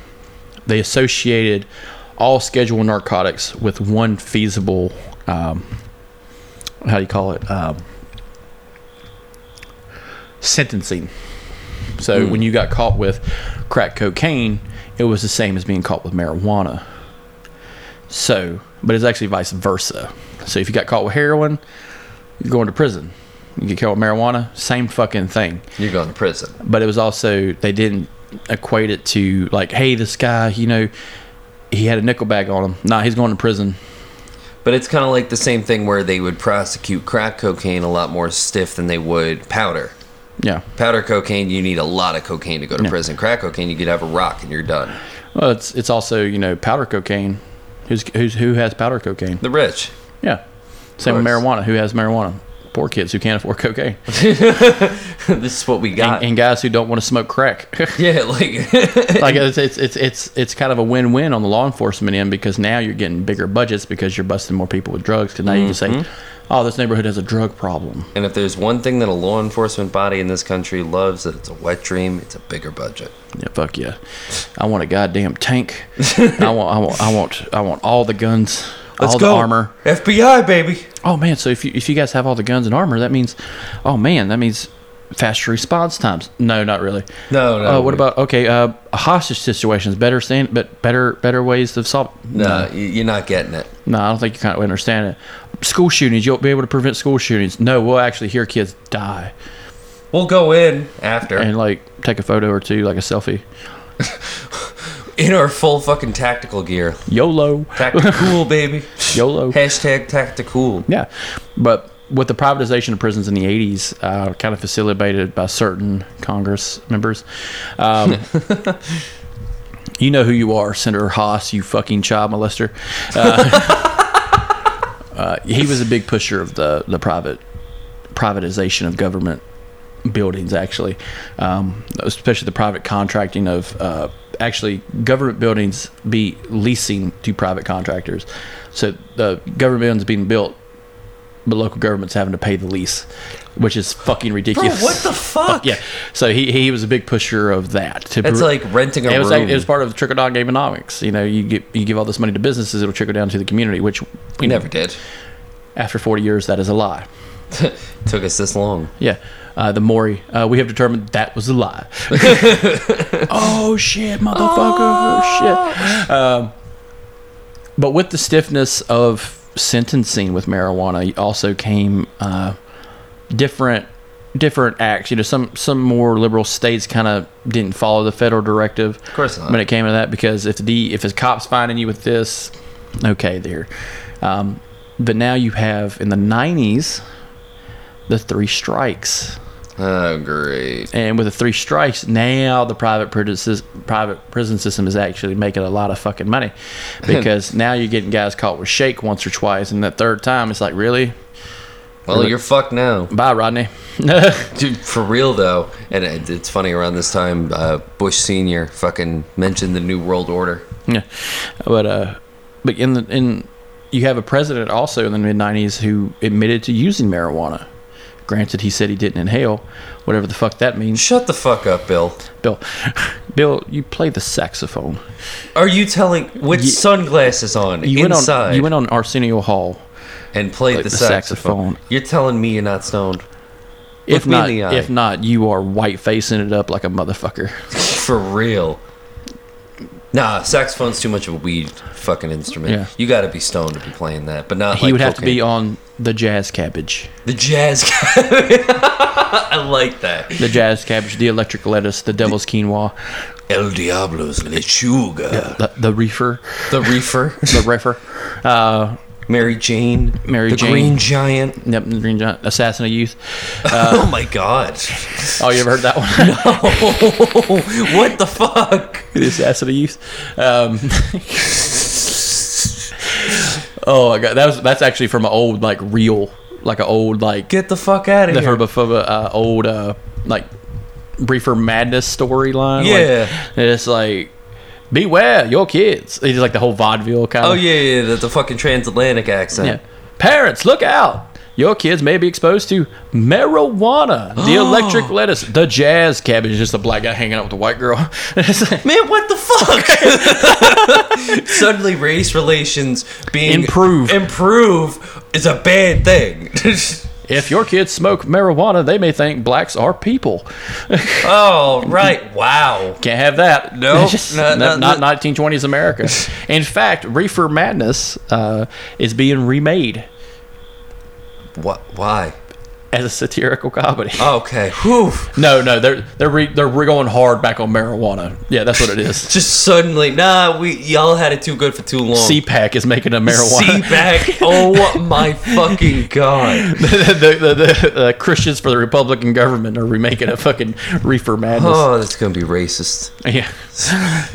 S2: they associated all scheduled narcotics with one feasible, um, how do you call it, um, sentencing. So when you got caught with crack cocaine, it was the same as being caught with marijuana. So, but it's actually vice versa. So if you got caught with heroin, you're going to prison. You get caught with marijuana, same fucking thing
S4: You're going to prison.
S2: but it was also they didn't equate it to like, hey, this guy, you know, he had a nickel bag on him. Nah, he's going to prison.
S4: But it's kind of like the same thing where they would prosecute crack cocaine a lot more stiff than they would powder.
S2: Yeah,
S4: Powder cocaine, you need a lot of cocaine to go to
S2: Yeah.
S4: prison. Crack cocaine, you could have a rock and you're done.
S2: well, it's it's also you know powder cocaine. Who's who's who has powder cocaine?
S4: The rich.
S2: Yeah, same with
S4: course.
S2: marijuana. Who has marijuana? Poor kids who can't afford cocaine,
S4: this is what we got.
S2: and, and guys who don't want to smoke crack.
S4: yeah, like
S2: like it's, it's it's it's it's kind of a win-win on the law enforcement end because now you're getting bigger budgets because you're busting more people with drugs because now you can say oh, this neighborhood has a drug problem.
S4: And if there's one thing that a law enforcement body in this country loves, that it's a wet dream, it's a bigger budget.
S2: Yeah, fuck yeah. I want a goddamn tank. I want, I want, I want, I want all the guns, all the armor.
S4: FBI, baby.
S2: Oh man, so if you if you guys have all the guns and armor, that means, oh man, that means faster response times. No, not really.
S4: No, no.
S2: Uh, what about okay? Uh, hostage situations, better stand, but better better ways of solve.
S4: No, you- you're not getting it.
S2: No, I don't think you kind of understand it. School shootings, you'll be able to prevent school shootings. No, we'll actually hear kids die
S4: We'll go in after
S2: and like take a photo or two, like a selfie.
S4: in our full fucking tactical gear.
S2: YOLO.
S4: Tactical, baby.
S2: YOLO.
S4: Hashtag tactical.
S2: Yeah, but with the privatization of prisons in the '80s, uh, kind of facilitated by certain Congress members, um, you know who you are, Senator Haas, you fucking child molester. Uh, uh, he was a big pusher of the the private privatization of government buildings, actually, um, especially the private contracting of. Uh, Actually, government buildings be leasing to private contractors. So the government buildings being built but local government's having to pay the lease, which is fucking ridiculous.
S4: what the fuck?
S2: Yeah. So he, he was a big pusher of that. To
S4: That's like renting a
S2: it was
S4: room.
S2: like it was part of the trickle down economics. You know, you get you give all this money to businesses, it'll trickle down to the community. Which
S4: we never did.
S2: After forty years, that is a lie.
S4: Took us this long.
S2: Yeah. Uh, the Maury, uh, we have determined that was a lie. oh shit, motherfucker! Oh, shit. Um, but with the stiffness of sentencing with marijuana, also came uh, different different acts. You know, some some more liberal states kind of didn't follow the federal directive. Of
S4: course not.
S2: When it came to that, because if the if the cops finding you with this, okay, there. Um, but now you have in the '90s the three strikes.
S4: Oh, great.
S2: And with the three strikes, now the private prison, sys- private prison system is actually making a lot of fucking money because now you're getting guys caught with shake once or twice, and that third time it's like, really?
S4: Well, you're fucked now.
S2: Bye, Rodney.
S4: Dude, for real though, and it- it's funny around this time, uh, Bush Senior fucking mentioned the New World Order.
S2: Yeah, but uh, but in the in you have a president also in the mid '90s who admitted to using marijuana. Granted, he said he didn't inhale, whatever the fuck that means.
S4: Shut the fuck up, Bill.
S2: Bill, Bill, you play the saxophone.
S4: Are you telling with
S2: You-
S4: sunglasses on
S2: You
S4: inside
S2: went on. You went on Arsenio Hall.
S4: and played
S2: like
S4: the,
S2: the
S4: saxophone.
S2: saxophone.
S4: You're telling me you're not stoned Look
S2: If
S4: me in
S2: not,
S4: the eye.
S2: if not, you are white facing it up like a motherfucker.
S4: for real. Nah, saxophone's too much of a weed fucking instrument.
S2: Yeah.
S4: You got to be stoned to be playing that, but not.
S2: he
S4: like
S2: would have to be
S4: cocaine.
S2: on the jazz cabbage,
S4: the jazz. I like that.
S2: the jazz cabbage, the electric lettuce, the devil's quinoa,
S4: El Diablo's lechuga.
S2: the, the reefer,
S4: The reefer.
S2: the reefer, uh,
S4: Mary Jane.
S2: Mary
S4: the
S2: Jane.
S4: Green Giant.
S2: yep, the green giant, assassin of youth. Uh,
S4: oh my god.
S2: Oh, you ever heard that one?
S4: what the fuck?
S2: the assassin of youth. Um, oh my god, that was that's actually from an old like real, like an old like
S4: Get the fuck out of
S2: the
S4: here.
S2: Herbophoba uh, old uh, like briefer madness storyline. like,
S4: Yeah.
S2: and it's like beware your kids. It's like the whole vaudeville kind
S4: oh
S2: of
S4: yeah, yeah, the, the fucking transatlantic accent.
S2: yeah. Parents, look out. Your kids may be exposed to marijuana, the electric lettuce, the jazz cabbage, just a black guy hanging out with a white girl. It's like,
S4: Man, what the fuck? Suddenly, race relations being
S2: Improve.
S4: improve is a bad thing.
S2: if your kids smoke marijuana, they may think blacks are people.
S4: oh right, wow.
S2: Can't have that.
S4: No,
S2: Just-
S4: no,
S2: no,
S4: no,
S2: not
S4: no.
S2: 1920s America. In fact, Reefer Madness uh, is being remade
S4: What? Why?
S2: as a satirical comedy.
S4: Okay. Whew.
S2: no, no, they're they're re, they're re going hard back on marijuana. Yeah, that's what it is.
S4: Just suddenly, nah. We y'all had it too good for too long.
S2: CPAC is making a marijuana.
S4: back. Oh my fucking god.
S2: the, the, the, the Christians for the Republican government are remaking a fucking Reefer Madness.
S4: Oh, that's gonna be racist.
S2: Yeah,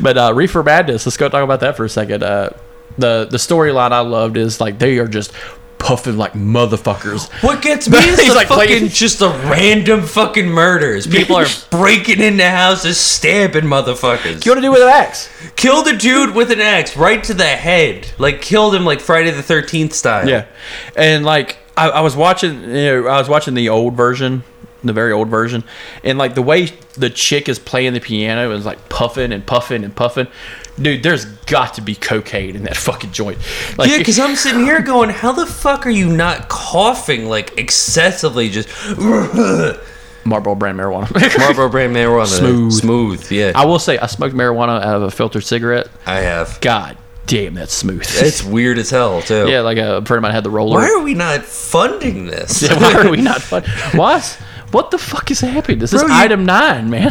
S2: but uh, Reefer Madness. Let's go talk about that for a second. Uh, the the storyline I loved is like they are just puffing like motherfuckers.
S4: What gets me is
S2: He's
S4: the
S2: like
S4: fucking
S2: playing-
S4: just the random fucking murders. People are breaking into houses, stabbing motherfuckers.
S2: You want to do with an axe?
S4: Killed a dude with an axe right to the head. Like killed him like Friday the Thirteenth style.
S2: Yeah, and like I, I was watching, you know, I was watching the old version, the very old version, and like the way the chick is playing the piano and is like puffing and puffing and puffing, dude. There's got to be cocaine in that fucking joint. Like,
S4: yeah, because I'm sitting here going, how the fuck are you not coughing like excessively? Just
S2: Marlboro brand marijuana.
S4: Marlboro brand marijuana,
S2: Smooth.
S4: smooth. Yeah,
S2: I will say, I smoked marijuana out of a filtered cigarette.
S4: I have.
S2: God damn, that's smooth.
S4: It's weird as hell too.
S2: yeah, like a friend of mine had the roller.
S4: Oh. Why are we not funding this?
S2: Yeah, why are we not fun? What? What the fuck is happening? This is
S4: Bro, you-
S2: item nine, man.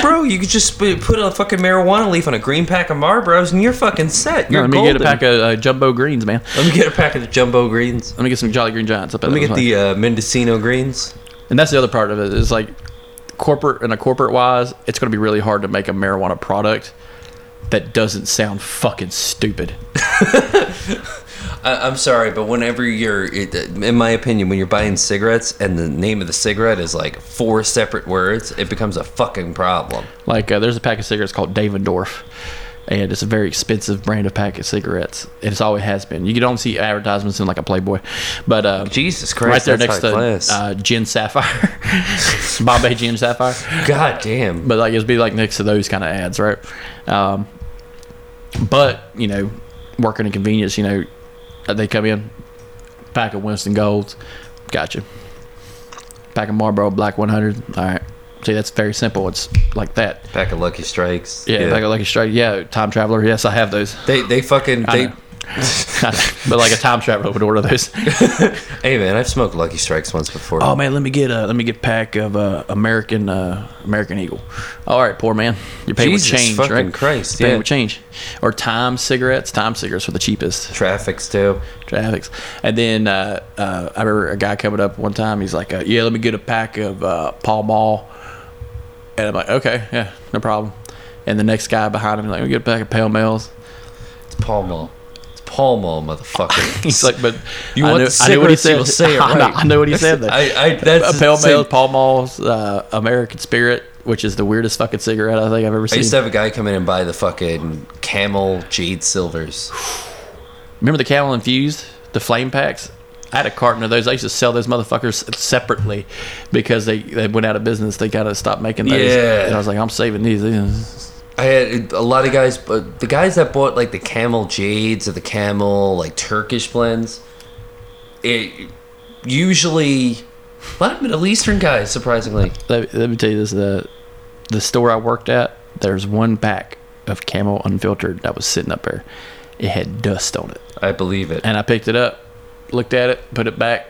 S4: Bro, you could just put put a fucking marijuana leaf on a green pack of Marlboros and you're fucking set. You're
S2: Let me
S4: golden.
S2: get a pack of uh, jumbo greens, man.
S4: Let me get a pack of the jumbo greens.
S2: Let me get some Jolly Green Giants up
S4: Let me get the uh, Mendocino greens.
S2: And that's the other part of it is like corporate and a corporate wise, it's going to be really hard to make a marijuana product that doesn't sound fucking stupid.
S4: I, I'm sorry, but whenever you're, it, in my opinion, when you're buying cigarettes and the name of the cigarette is like four separate words, it becomes a fucking problem.
S2: Like uh, there's a pack of cigarettes called Davendorf, and it's a very expensive brand of pack of cigarettes. And it's always has been. You can only see advertisements in like a Playboy, but uh,
S4: Jesus Christ,
S2: right there next
S4: that's high
S2: to
S4: class.
S2: uh, Gin Sapphire, Bombay Gin Sapphire.
S4: God damn.
S2: But like it'd be like next to those kind of ads, right? Um, but you know, working in convenience, you know, uh, they come in pack of Winston Golds, gotcha. Pack of Marlboro Black 100. All right, see that's very simple. It's like that.
S4: Pack of Lucky Strikes.
S2: Yeah, like a Lucky Strike. Yeah, Time Traveler. Yes, I have those.
S4: they they fucking
S2: I
S4: they.
S2: know. but like a Time Traveler would order those.
S4: Hey man, I've smoked Lucky Strikes once before.
S2: Oh man, let me get a let me get a pack of uh, American uh, American Eagle. All right, poor man, you're paying with
S4: Jesus
S2: change,
S4: fucking
S2: right?
S4: Christ,
S2: You're paying
S4: yeah.
S2: with change, or Time cigarettes. Time cigarettes were the cheapest.
S4: Traffic's too.
S2: Traffics, and then uh, uh, I remember a guy coming up one time. He's like, uh, "Yeah, let me get a pack of uh, Pall Mall," and I'm like, "Okay, yeah, no problem." And the next guy behind him, like, "We get a pack of Pall Malls."
S4: It's Pall Mall. It's Pall Mall, motherfucker.
S2: He's like, "But
S4: You
S2: I
S4: want
S2: knew,
S4: the
S2: I knew what he
S4: cigarettes, you
S2: said.
S4: will say it
S2: I, know,
S4: right.
S2: I know what he said. though.
S4: I, I that's
S2: a pale
S4: the same-
S2: male Pall Mall's uh, American Spirit, which is the weirdest fucking cigarette I think I've ever
S4: I
S2: seen.
S4: used to have a guy come in and buy the fucking Camel Jade Silvers.
S2: Remember the Camel Infused, the flame packs? I had a carton of those. I used to sell those motherfuckers separately because they, they went out of business. They kind of stopped making those.
S4: Yeah.
S2: And I was like, I'm saving these. These-
S4: I had a lot of guys, but the guys that bought like the Camel Jades or the Camel like Turkish blends, it usually a lot of Middle Eastern guys, surprisingly.
S2: Let, let me tell you this: the the store I worked at, there's one pack of Camel Unfiltered that was sitting up there. It had dust on it.
S4: I believe it.
S2: and I picked it up, looked at it, put it back.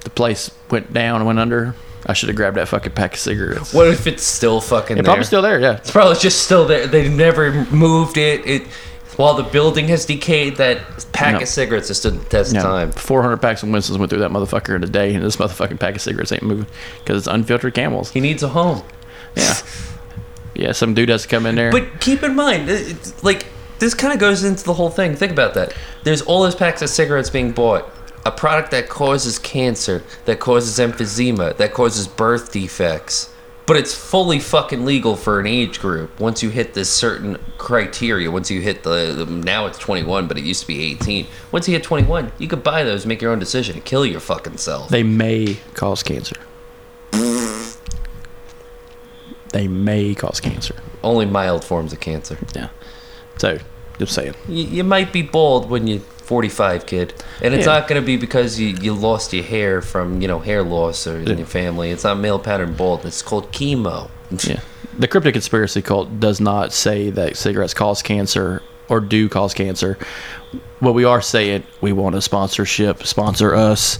S2: The place went down and went under. I should have grabbed that fucking pack of cigarettes.
S4: What if it's still fucking?
S2: It's
S4: there?
S2: probably still there, yeah.
S4: It's probably just still there. They never moved it. It while the building has decayed, that pack
S2: No.
S4: of cigarettes has stood the test
S2: Yeah,
S4: of time.
S2: 400 packs of Winston's went through that motherfucker in a day, and this motherfucking pack of cigarettes ain't moving because it's unfiltered camels.
S4: He needs a home.
S2: Yeah. Yeah, some dude has to come in there.
S4: But keep in mind, it- it's like this kind of goes into the whole thing. Think about that. There's all those packs of cigarettes being bought. A product that causes cancer, that causes emphysema, that causes birth defects. But it's fully fucking legal for an age group once you hit this certain criteria. Once you hit the, the now it's 21, but it used to be 18. Once you hit 21, you could buy those, make your own decision, and kill your fucking self.
S2: they may cause cancer. they may cause cancer.
S4: Only mild forms of cancer.
S2: Yeah. So, just saying.
S4: you, you might be bald when you're 45, kid, and it's
S2: Yeah.
S4: not going to be because you, you lost your hair from you know hair loss or in your family. It's not male pattern baldness. It's called chemo.
S2: Yeah. The cryptic conspiracy cult does not say that cigarettes cause cancer or do cause cancer. What we are saying, we want a sponsorship. Sponsor us.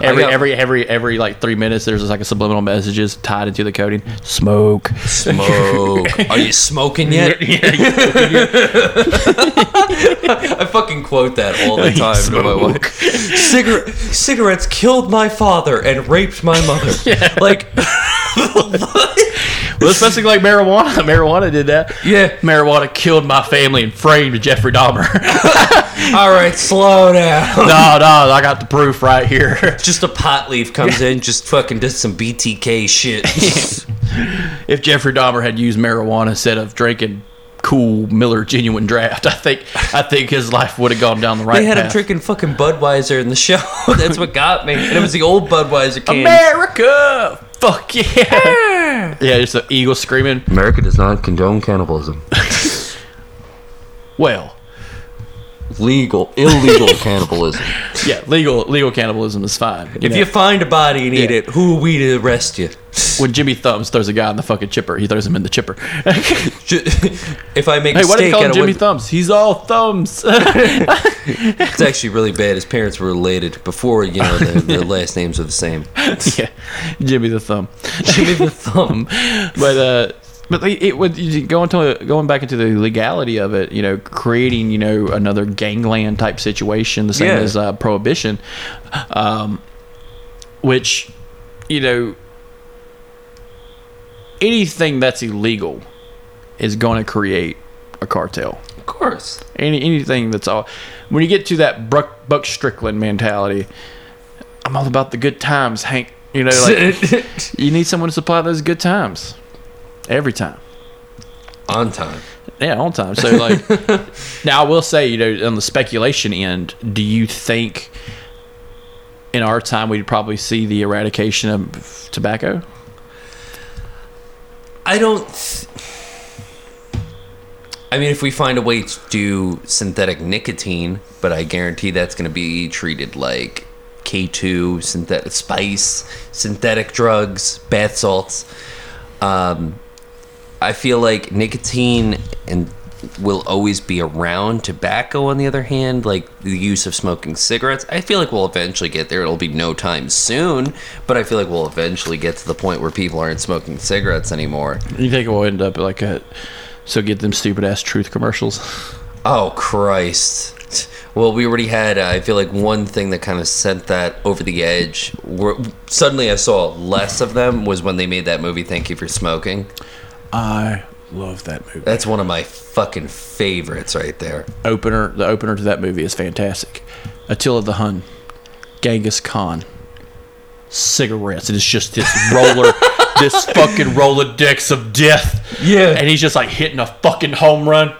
S2: every
S4: got-
S2: every every every like three minutes, there's like a subliminal messages tied into the coding. Smoke.
S4: Smoke. Are you smoking yet? I fucking quote that all the time. to my wife. Cigar- cigarettes killed my father and raped my mother. Like,
S2: Well, especially like marijuana. Marijuana did that.
S4: yeah.
S2: Marijuana killed my family and framed Jeffrey Dahmer.
S4: All right, slow down.
S2: no, no, I got the proof right here.
S4: Just a pot leaf comes in, just fucking does some BTK shit.
S2: if Jeffrey Dahmer had used marijuana instead of drinking cool Miller genuine draft. I think I think his life would have gone down the right
S4: They had him
S2: path.
S4: drinking fucking Budweiser in the show. That's what got me. And it was the old Budweiser can.
S2: America, fuck yeah, yeah. Just the eagle screaming.
S4: America does not condone cannibalism.
S2: Well,
S4: Legal, illegal cannibalism.
S2: yeah, legal legal cannibalism is fine. You
S4: If
S2: know,
S4: you find a body and eat it, who are we to arrest you?
S2: when Jimmy Thumbs throws a guy in the fucking chipper, he throws him in the chipper. hey,
S4: Ju- if I make a
S2: why do they
S4: mistake,
S2: call
S4: out
S2: him
S4: of
S2: Jimmy
S4: what-
S2: Thumbs? He's all thumbs.
S4: it's actually really bad. His parents were related before, you know, the, the last names were the same.
S2: yeah, Jimmy the Thumb.
S4: Jimmy the Thumb.
S2: but uh, but it it would you- going to going back into the legality of it, you know, creating you know another gangland type situation, the same
S4: Yeah.
S2: as uh, prohibition, um, which you know anything that's illegal is going to create a cartel.
S4: Of course.
S2: Any anything that's all when you get to that Buck, Buck Strickland mentality, I'm all about the good times, Hank. You know, like you need someone to supply those good times every time.
S4: On time.
S2: Yeah, on time. So like, now I will say, you know, on the speculation end, do you think in our time we'd probably see the eradication of tobacco?
S4: I don't. Th- I mean, if we find a way to do synthetic nicotine, but I guarantee that's going to be treated like K2, synthetic spice, synthetic drugs, bath salts. Um, I feel like nicotine and will always be around. Tobacco, on the other hand, like the use of smoking cigarettes, I feel like we'll eventually get there. It'll be no time soon, but I feel like we'll eventually get to the point where people aren't smoking cigarettes anymore.
S2: You think we'll end up like a so get them stupid ass truth commercials?
S4: Oh Christ! Well, we already had. Uh, I feel like one thing that kind of sent that over the edge. Were, suddenly, I saw less of them was when they made that movie. Thank you for smoking.
S2: I love that movie.
S4: That's one of my fucking favorites right there.
S2: opener the opener to that movie is fantastic. Attila the Hun, Genghis Khan, cigarettes, and it's just this roller, this fucking Rolodex of death.
S4: Yeah.
S2: and he's just like hitting a fucking home run.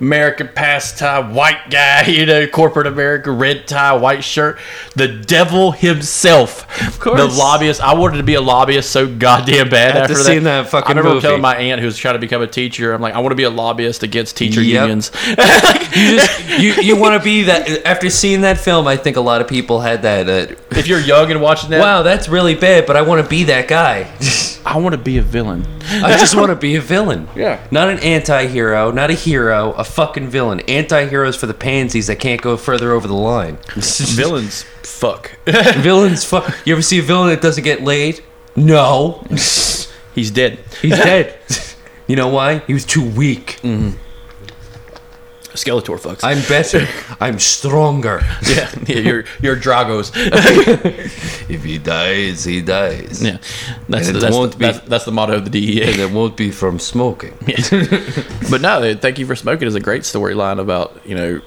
S2: American pastime, white guy, you know, corporate America, red tie, white shirt, the devil himself, of
S4: course.
S2: the lobbyist. I wanted to be a lobbyist so goddamn bad
S4: After
S2: after
S4: seeing that fucking
S2: I remember
S4: movie.
S2: telling my aunt who was trying to become a teacher, I'm like, I want to be a lobbyist against teacher
S4: Yep.
S2: unions.
S4: You just you, you want to be that. After seeing that film, I think a lot of people had that. Uh,
S2: if you're young and watching that,
S4: wow, that's really bad, but I want to be that guy.
S2: I want to be a villain.
S4: I just want to be a villain.
S2: Yeah.
S4: Not an anti-hero, not a hero, a fucking villain. Anti-heroes for the pansies that can't go further over the line.
S2: Villains, fuck.
S4: Villains fuck. You ever see a villain that doesn't get laid? No.
S2: He's dead.
S4: He's dead. you know why? He was too weak.
S2: Mm. Skeletor fucks.
S4: I'm better. I'm stronger.
S2: yeah, yeah, you're you're Dragos.
S4: If he dies, he dies.
S2: yeah, that's
S4: And
S2: the,
S4: it
S2: that's,
S4: won't be-
S2: that's, that's the motto of the DEA.
S4: And it won't be from smoking.
S2: but no, they- thank you for smoking is a great storyline about you know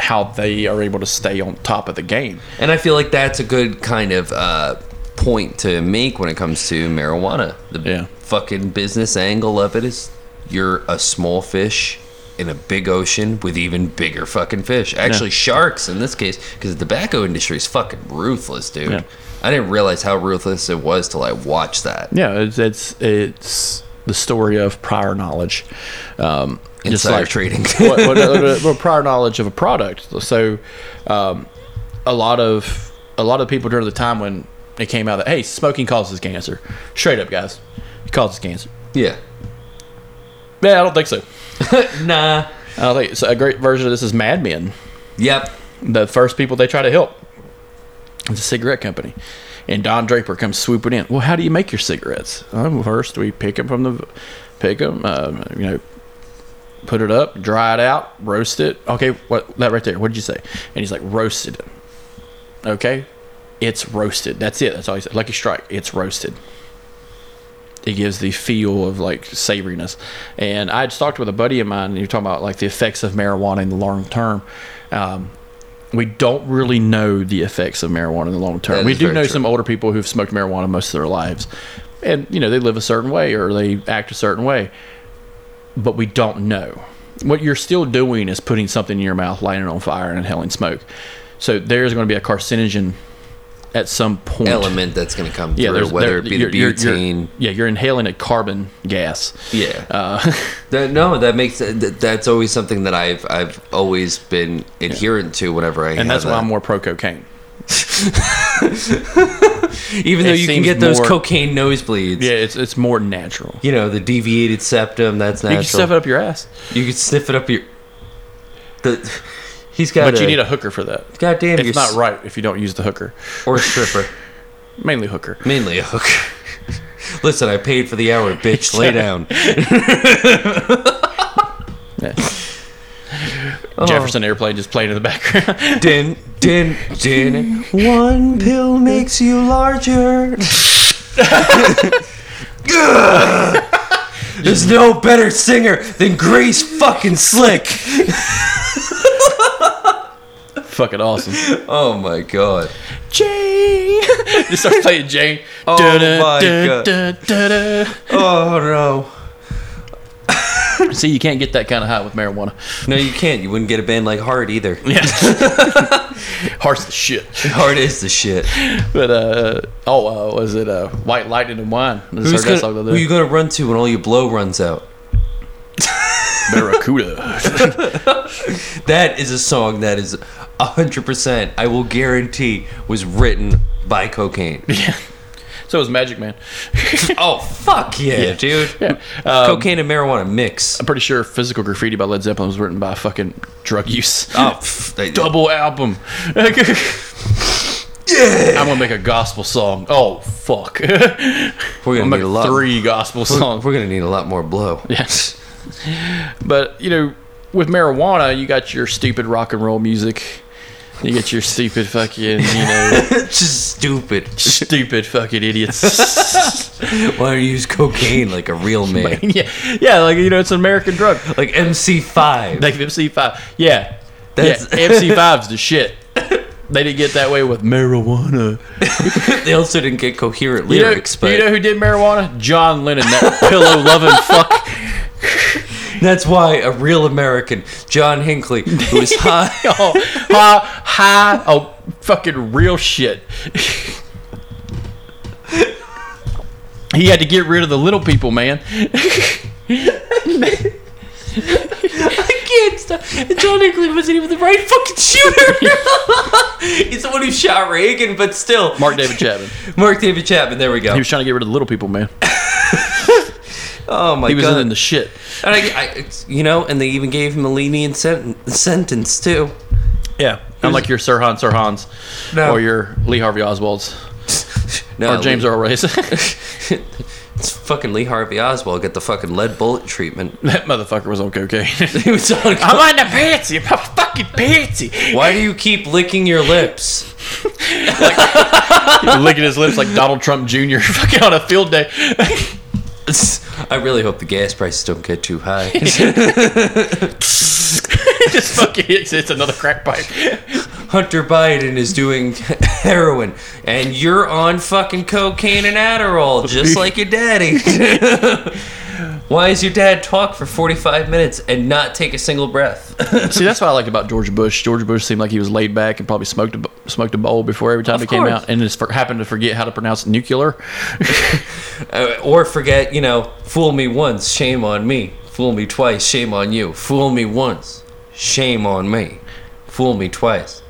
S2: how they are able to stay on top of the game.
S4: And I feel like that's a good kind of uh, point to make when it comes to marijuana. The
S2: Yeah.
S4: fucking business angle of it is you're a small fish in a big ocean with even bigger fucking fish. Actually, sharks in this case, because the tobacco industry is fucking ruthless, dude.
S2: Yeah.
S4: I didn't realize how ruthless it was till I watched that.
S2: Yeah, it's it's, it's the story of prior knowledge. Um, just
S4: Insider
S2: like-
S4: trading.
S2: what, what, what, what prior knowledge of a product. So, um, a lot of a lot of people during the time when it came out that hey, smoking causes cancer. Straight up, guys, it causes cancer.
S4: Yeah.
S2: Yeah, I don't think so.
S4: Nah.
S2: I don't think so. A great version of this is Mad Men.
S4: Yep.
S2: The first people they try to help is a cigarette company. And Don Draper comes swooping in. Well, how do you make your cigarettes? Um, first, we pick them from the pick them. Uh, you know, put it up, dry it out, roast it. Okay, what that right there? What did you say? And he's like, roasted it. Okay, it's roasted. That's it. That's all he said. Lucky strike. It's roasted. It gives the feel of like savoriness. And I just talked with a buddy of mine, and you're talking about like the effects of marijuana in the long term. Um, we don't really know the effects of marijuana in the long term.
S4: That
S2: we
S4: is
S2: do
S4: very
S2: know
S4: true.
S2: some older people who've smoked marijuana most of their lives, and you know they live a certain way or they act a certain way but we don't know. What you're still doing is putting something in your mouth, lighting it on fire, and inhaling smoke. So there's going to be a carcinogen at some point.
S4: element that's going to come
S2: Yeah,
S4: through,
S2: there's
S4: whether
S2: there-
S4: it be the
S2: you're- you're-
S4: butane.
S2: you're- yeah, you're inhaling a carbon gas.
S4: Yeah.
S2: Uh,
S4: That, no, that makes that, that's always something that I've I've always been adherent to whenever I
S2: and
S4: have
S2: that's why
S4: that.
S2: I'm more pro cocaine.
S4: even though
S2: it
S4: you can
S2: seems
S4: get those
S2: more-
S4: cocaine nosebleeds.
S2: Yeah, it's it's more natural.
S4: You know the deviated septum. That's
S2: You
S4: natural.
S2: can stuff it up your ass,
S4: You could sniff it up your. The, he's got.
S2: but you need a hooker for that.
S4: goddamn.
S2: It's not right if you don't use the hooker,
S4: or a stripper.
S2: mainly hooker.
S4: Mainly a hooker. Listen, I paid for the hour, bitch. Lay down.
S2: Yeah.
S4: Oh.
S2: Jefferson Airplane just playing in the background.
S4: Din din din. One pill makes you larger. Ugh. There's no better singer than Grace fucking Slick.
S2: Fucking awesome.
S4: Oh my god.
S2: Jane. Just starts playing Jane.
S4: Oh
S2: Dun-dun,
S4: my
S2: dun,
S4: God.
S2: dun, dun,
S4: Oh no.
S2: dun. See, you can't get that kind of high with marijuana.
S4: No, you can't. You wouldn't get a band like Heart either.
S2: Yeah. Heart's the shit.
S4: Heart is the shit.
S2: But, uh, oh, uh, was it uh, White Lightning and Wine? I just
S4: Who's
S2: heard that
S4: gonna-
S2: song the
S4: who
S2: other
S4: you
S2: day.
S4: gonna run to when all your blow runs out?
S2: Barracuda.
S4: That is a song that is 100%, I will guarantee, was written by cocaine.
S2: so was Magic Man.
S4: oh, fuck yeah, dude. Um,
S2: Yeah.
S4: cocaine and marijuana mix.
S2: I'm pretty sure Physical Graffiti by Led Zeppelin was written by fucking drug use.
S4: Oh, pff, they-
S2: Double album. I'm gonna make a gospel song. Oh fuck!
S4: we're
S2: I'm
S4: gonna
S2: gonna
S4: need a lot.
S2: make three gospel
S4: we're,
S2: songs.
S4: we're gonna need a lot more blow.
S2: Yes. But, you know, with marijuana, you got your stupid rock and roll music. You get your stupid fucking, you know,
S4: It's just stupid.
S2: stupid fucking idiots.
S4: Why don't you use cocaine like a real man,
S2: yeah. Yeah, like, you know, it's an American drug.
S4: like MC5?
S2: Like MC5. Yeah.
S4: That's-
S2: yeah, MC5's the shit. They didn't get that way with marijuana.
S4: they also didn't get coherent
S2: You know,
S4: lyrics, but
S2: you know who did marijuana? John Lennon, that pillow loving fuck.
S4: that's why a real American, John Hinckley, who was high.
S2: Oh, hi, hi, oh, fucking real shit. he had to get rid of the little people, man.
S4: can't stop. John Hinckley wasn't even the right fucking shooter. He's the one who shot Reagan, but still.
S2: Mark David Chapman.
S4: Mark David Chapman, there we
S2: He
S4: go.
S2: was trying to get rid of the little people, man.
S4: Oh my
S2: He was
S4: god.
S2: in the shit.
S4: and I, I- you know, and they even gave him a lenient sent- sentence too.
S2: Yeah. Unlike your Sirhan Sirhans
S4: No.
S2: or your Lee Harvey Oswalds
S4: No,
S2: or James
S4: Lee,
S2: Earl Ray's. that
S4: it's fucking Lee Harvey Oswald got the fucking lead bullet treatment.
S2: motherfucker was on cocaine.
S4: He was on-
S2: I'm on the patsy. I'm fucking patsy.
S4: Why do you keep licking your lips?
S2: Licking his lips like Donald Trump Jr. fucking on a field day.
S4: I really hope the gas prices don't get too high.
S2: Just fucking hits, hits another crack pipe.
S4: Hunter Biden is doing heroin, and you're on fucking cocaine and Adderall, just like your daddy. Why is your dad talk for 45 minutes and not take a single breath?
S2: See, that's what I liked about George Bush. George Bush seemed like he was laid back and probably smoked a, bu- smoked a bowl before every time
S4: Of
S2: he came
S4: course.
S2: out, and just for, happened to forget how to pronounce nuclear.
S4: Uh, or forget, you know, fool me once, shame on me. Fool me twice, shame on you. Fool me once, shame on me. Fool me twice.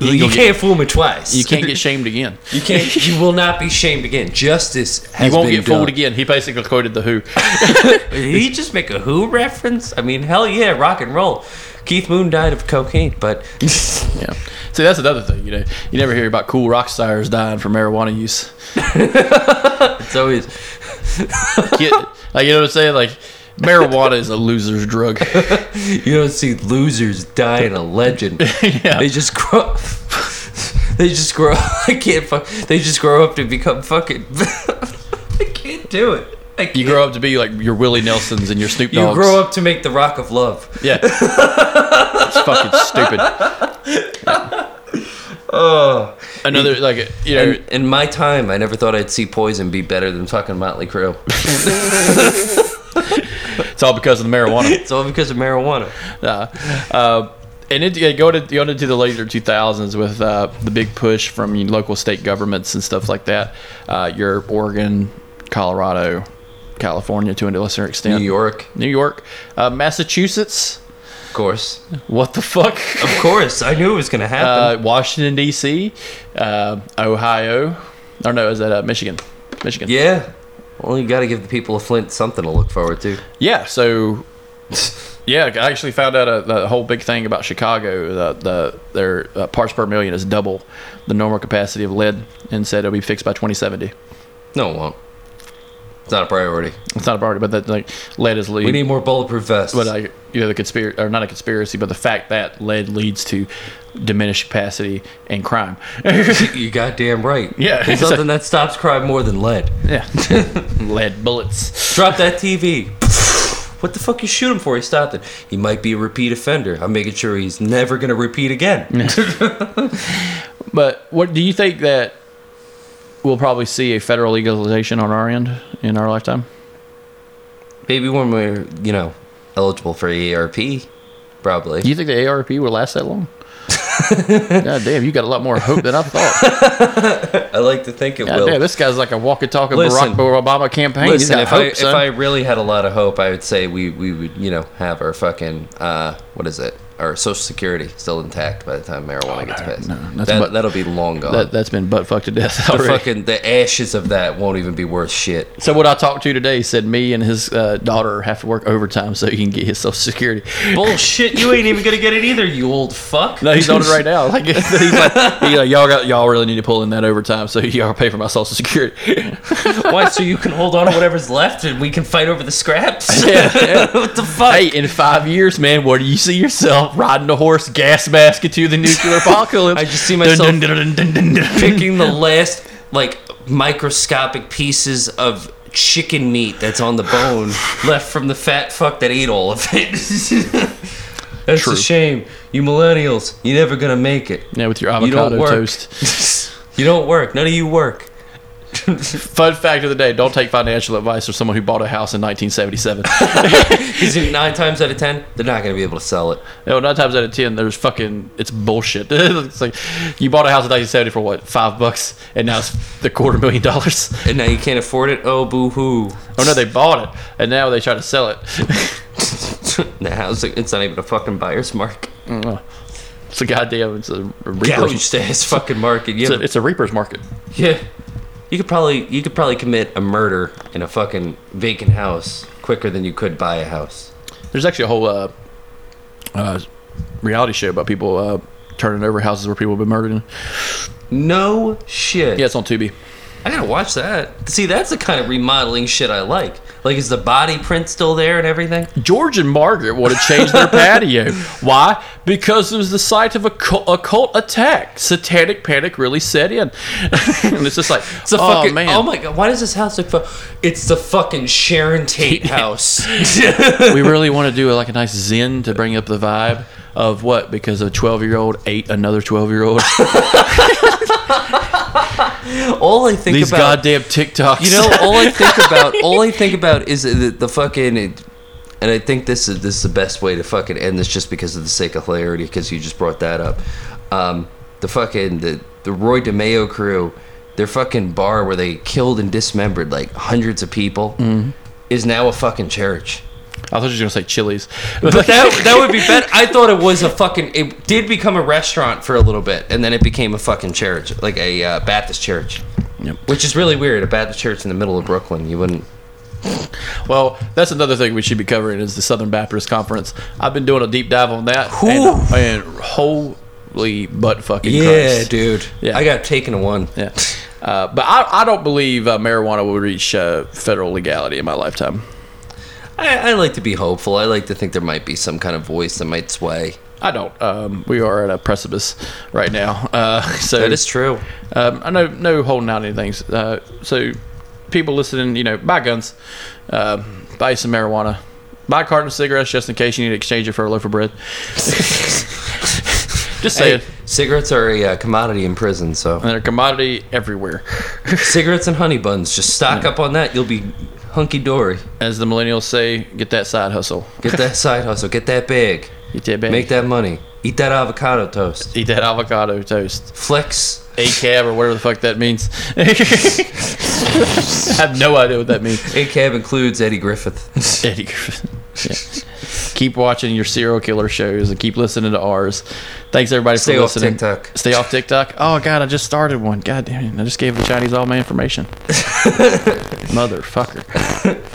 S4: You,
S2: gonna get-
S4: can't fool me twice.
S2: You can't get shamed again.
S4: You can't. You will not be shamed again. Justice has
S2: You won't
S4: been
S2: get fooled
S4: done.
S2: again. He basically quoted the Who.
S4: Did he just make a Who reference? I mean, hell yeah, rock and roll. Keith Moon died of cocaine, but
S2: Yeah. See, that's another thing. You know, you never hear about cool rock stars dying from marijuana use.
S4: it's always
S2: Kid, like you know what I'm saying? Like marijuana is a loser's drug.
S4: you don't see losers die in a legend.
S2: Yeah.
S4: They just grow. They just grow. I can't. Fuck, they just grow up to become fucking. I can't do it. I can't.
S2: You grow up to be like your Willie Nelsons and your Snoop
S4: You
S2: Dogs.
S4: grow up to make the rock of love.
S2: Yeah. it's fucking stupid.
S4: Oh.
S2: Another like you know.
S4: In, in my time, I never thought I'd see Poison be better than fucking Motley Crue.
S2: It's all because of the marijuana.
S4: It's all because of marijuana.
S2: Nah. Uh, and it, yeah, go to go into the later 2000s with uh, the big push from your local state governments and stuff like that. Uh, your Oregon, Colorado, California to a lesser extent,
S4: New York,
S2: New York, uh, Massachusetts.
S4: of course.
S2: What the fuck?
S4: Of course. I knew it was going to happen.
S2: Uh, Washington D.C., uh, Ohio. Or no, is that uh, Michigan? Michigan.
S4: yeah. Well, you got to give the people of Flint something to look forward to.
S2: Yeah, so yeah, I actually found out a, the whole big thing about Chicago. The, the their uh, parts per million is double the normal capacity of lead, and said it'll be fixed by 2070.
S4: No, it won't. It's not a priority.
S2: It's not a priority, but that like lead is lead.
S4: We need more bulletproof vests.
S2: but uh, like you know the conspiracy or not a conspiracy, but the fact that lead leads to diminished capacity and crime.
S4: you goddamn right.
S2: Yeah.
S4: There's nothing that stops crime more than lead.
S2: yeah, lead bullets.
S4: Drop that TV. What the fuck you shoot him for? He stopped it. He might be a repeat offender. I'm making sure he's never gonna repeat again.
S2: But what do you think that we'll probably see a federal legalization on our end in our lifetime?
S4: Maybe when we're, you know, eligible for ERP, probably.
S2: Do you think the ARP will last that long? God damn, you got a lot more hope than I thought.
S4: I like to think it
S2: God
S4: will.
S2: damn, this guy's like a walkie talking Barack
S4: Listen.
S2: Obama campaign. He's
S4: Listen,
S2: got
S4: if
S2: hope,
S4: I if
S2: son.
S4: I really had a lot of hope, I would say we we would you know have our fucking uh what is it our social security still intact by the time marijuana gets passed.
S2: Oh, no, that's
S4: that,
S2: about-
S4: that'll be long gone.
S2: that, that's been butt fucked to death
S4: the
S2: already.
S4: fucking the ashes of that won't even be worth shit.
S2: so what I talked to today said me and his uh, daughter have to work overtime so he can get his social security.
S4: Bullshit! You ain't even gonna get it either, you old fuck.
S2: No, he's on it right now. Like he's like, he's like y'all got y'all really need to pull in that overtime so y'all pay for my social security.
S4: Why? So you can hold on to whatever's left, and we can fight over the scraps.
S2: Yeah, yeah.
S4: what the fuck?
S2: hey, in five years, man, where do you see yourself riding a horse, gas mask to the nuclear apocalypse?
S4: I just see myself
S2: Dun, dun, dun, dun, dun, dun, dun.
S4: Picking the last like microscopic pieces of chicken meat that's on the bone left from the fat fuck that ate all of it. that's
S2: True.
S4: a shame. You millennials, you're never gonna make it.
S2: Yeah, with your
S4: You
S2: avocado
S4: don't work.
S2: toast.
S4: you don't work. None of you work.
S2: Fun fact of the day: Don't take financial advice from someone who bought a house in 1977.
S4: Because nine times out of ten, they're not gonna be able to sell it.
S2: no, nine times out of ten, there's fucking it's bullshit. it's like you bought a house in 1970 for what five bucks, and now it's the quarter million dollars.
S4: And now you can't afford it. Oh, boo hoo.
S2: Oh no, they bought it, and now they try to sell it.
S4: the house, it's not even a fucking buyer's market.
S2: it's a goddamn. It's a reapers.
S4: Gouged ass fucking market. You
S2: It's
S4: have
S2: a, it's a reapers market.
S4: Yeah. You could probably you could probably commit a murder in a fucking vacant house quicker than you could buy a house.
S2: There's actually a whole uh, uh, reality show about people uh, turning over houses where people have been murdered. In.
S4: No shit.
S2: Yeah, it's on Tubi.
S4: I gotta watch that. See, that's the kind of remodeling shit I like. Like, is the body print still there and everything?
S2: George and Margaret want to change their patio. Why? Because it was the site of a cult, a cult attack. Satanic panic really set in, and it's just like,
S4: It's a
S2: oh
S4: fucking,
S2: man,
S4: Oh my god, why does this house look? Fu- it's the fucking Sharon Tate house.
S2: we really want to do like a nice zen to bring up the vibe of what? Because a twelve-year-old ate another twelve-year-old.
S4: All I think
S2: These
S4: about
S2: goddamn TikToks.
S4: You know, oh all I think about, all I think about is the, the fucking. And I think this is this is the best way to fucking end this, just because of the sake of hilarity, because you just brought that up. Um, the fucking the the Roy DeMeo crew, their fucking bar where they killed and dismembered like hundreds of people, is now a fucking church.
S2: I thought you were gonna say Chili's.
S4: But that that would be better. I thought it was a fucking. It did become a restaurant for a little bit, and then it became a fucking church, like a uh, Baptist church.
S2: Yep.
S4: Which is really weird. A Baptist church in the middle of Brooklyn. You wouldn't.
S2: Well, that's another thing we should be covering is the Southern Baptist Conference. I've been doing a deep dive on that, and,
S4: Whew.
S2: and holy butt fucking
S4: Yeah,
S2: Christ.
S4: dude.
S2: Yeah.
S4: I got taken to one.
S2: Yeah. Uh, but I, I don't believe uh, marijuana will reach uh, federal legality in my lifetime.
S4: I, I like to be hopeful. I like to think there might be some kind of voice that might sway.
S2: I don't. Um, we are at a precipice right now. Uh, so
S4: That is true.
S2: Um, I know no holding out any things. Uh, so people listening, you know, buy guns, uh, buy some marijuana, buy a carton of cigarettes just in case you need to exchange it for a loaf of bread. just saying.
S4: Hey, cigarettes are a uh, commodity in prison, so
S2: And they're a commodity everywhere.
S4: cigarettes and honey buns. Just stock up on that. You'll be hunky dory.
S2: As the millennials say, get that side hustle.
S4: Get that side hustle. Get that big.
S2: Get that bag.
S4: Make that money. Eat that avocado toast.
S2: Eat that avocado toast.
S4: Flex.
S2: A cab or whatever the fuck that means. I have no idea what that means.
S4: A cab includes Eddie Griffith.
S2: Eddie Griffin. Yeah. Keep watching your serial killer shows and keep listening to ours. Thanks everybody
S4: Stay
S2: for
S4: off
S2: listening.
S4: TikTok.
S2: Stay off TikTok. Oh god, I just started one. God damn it! I just gave the Chinese all my information. Motherfucker.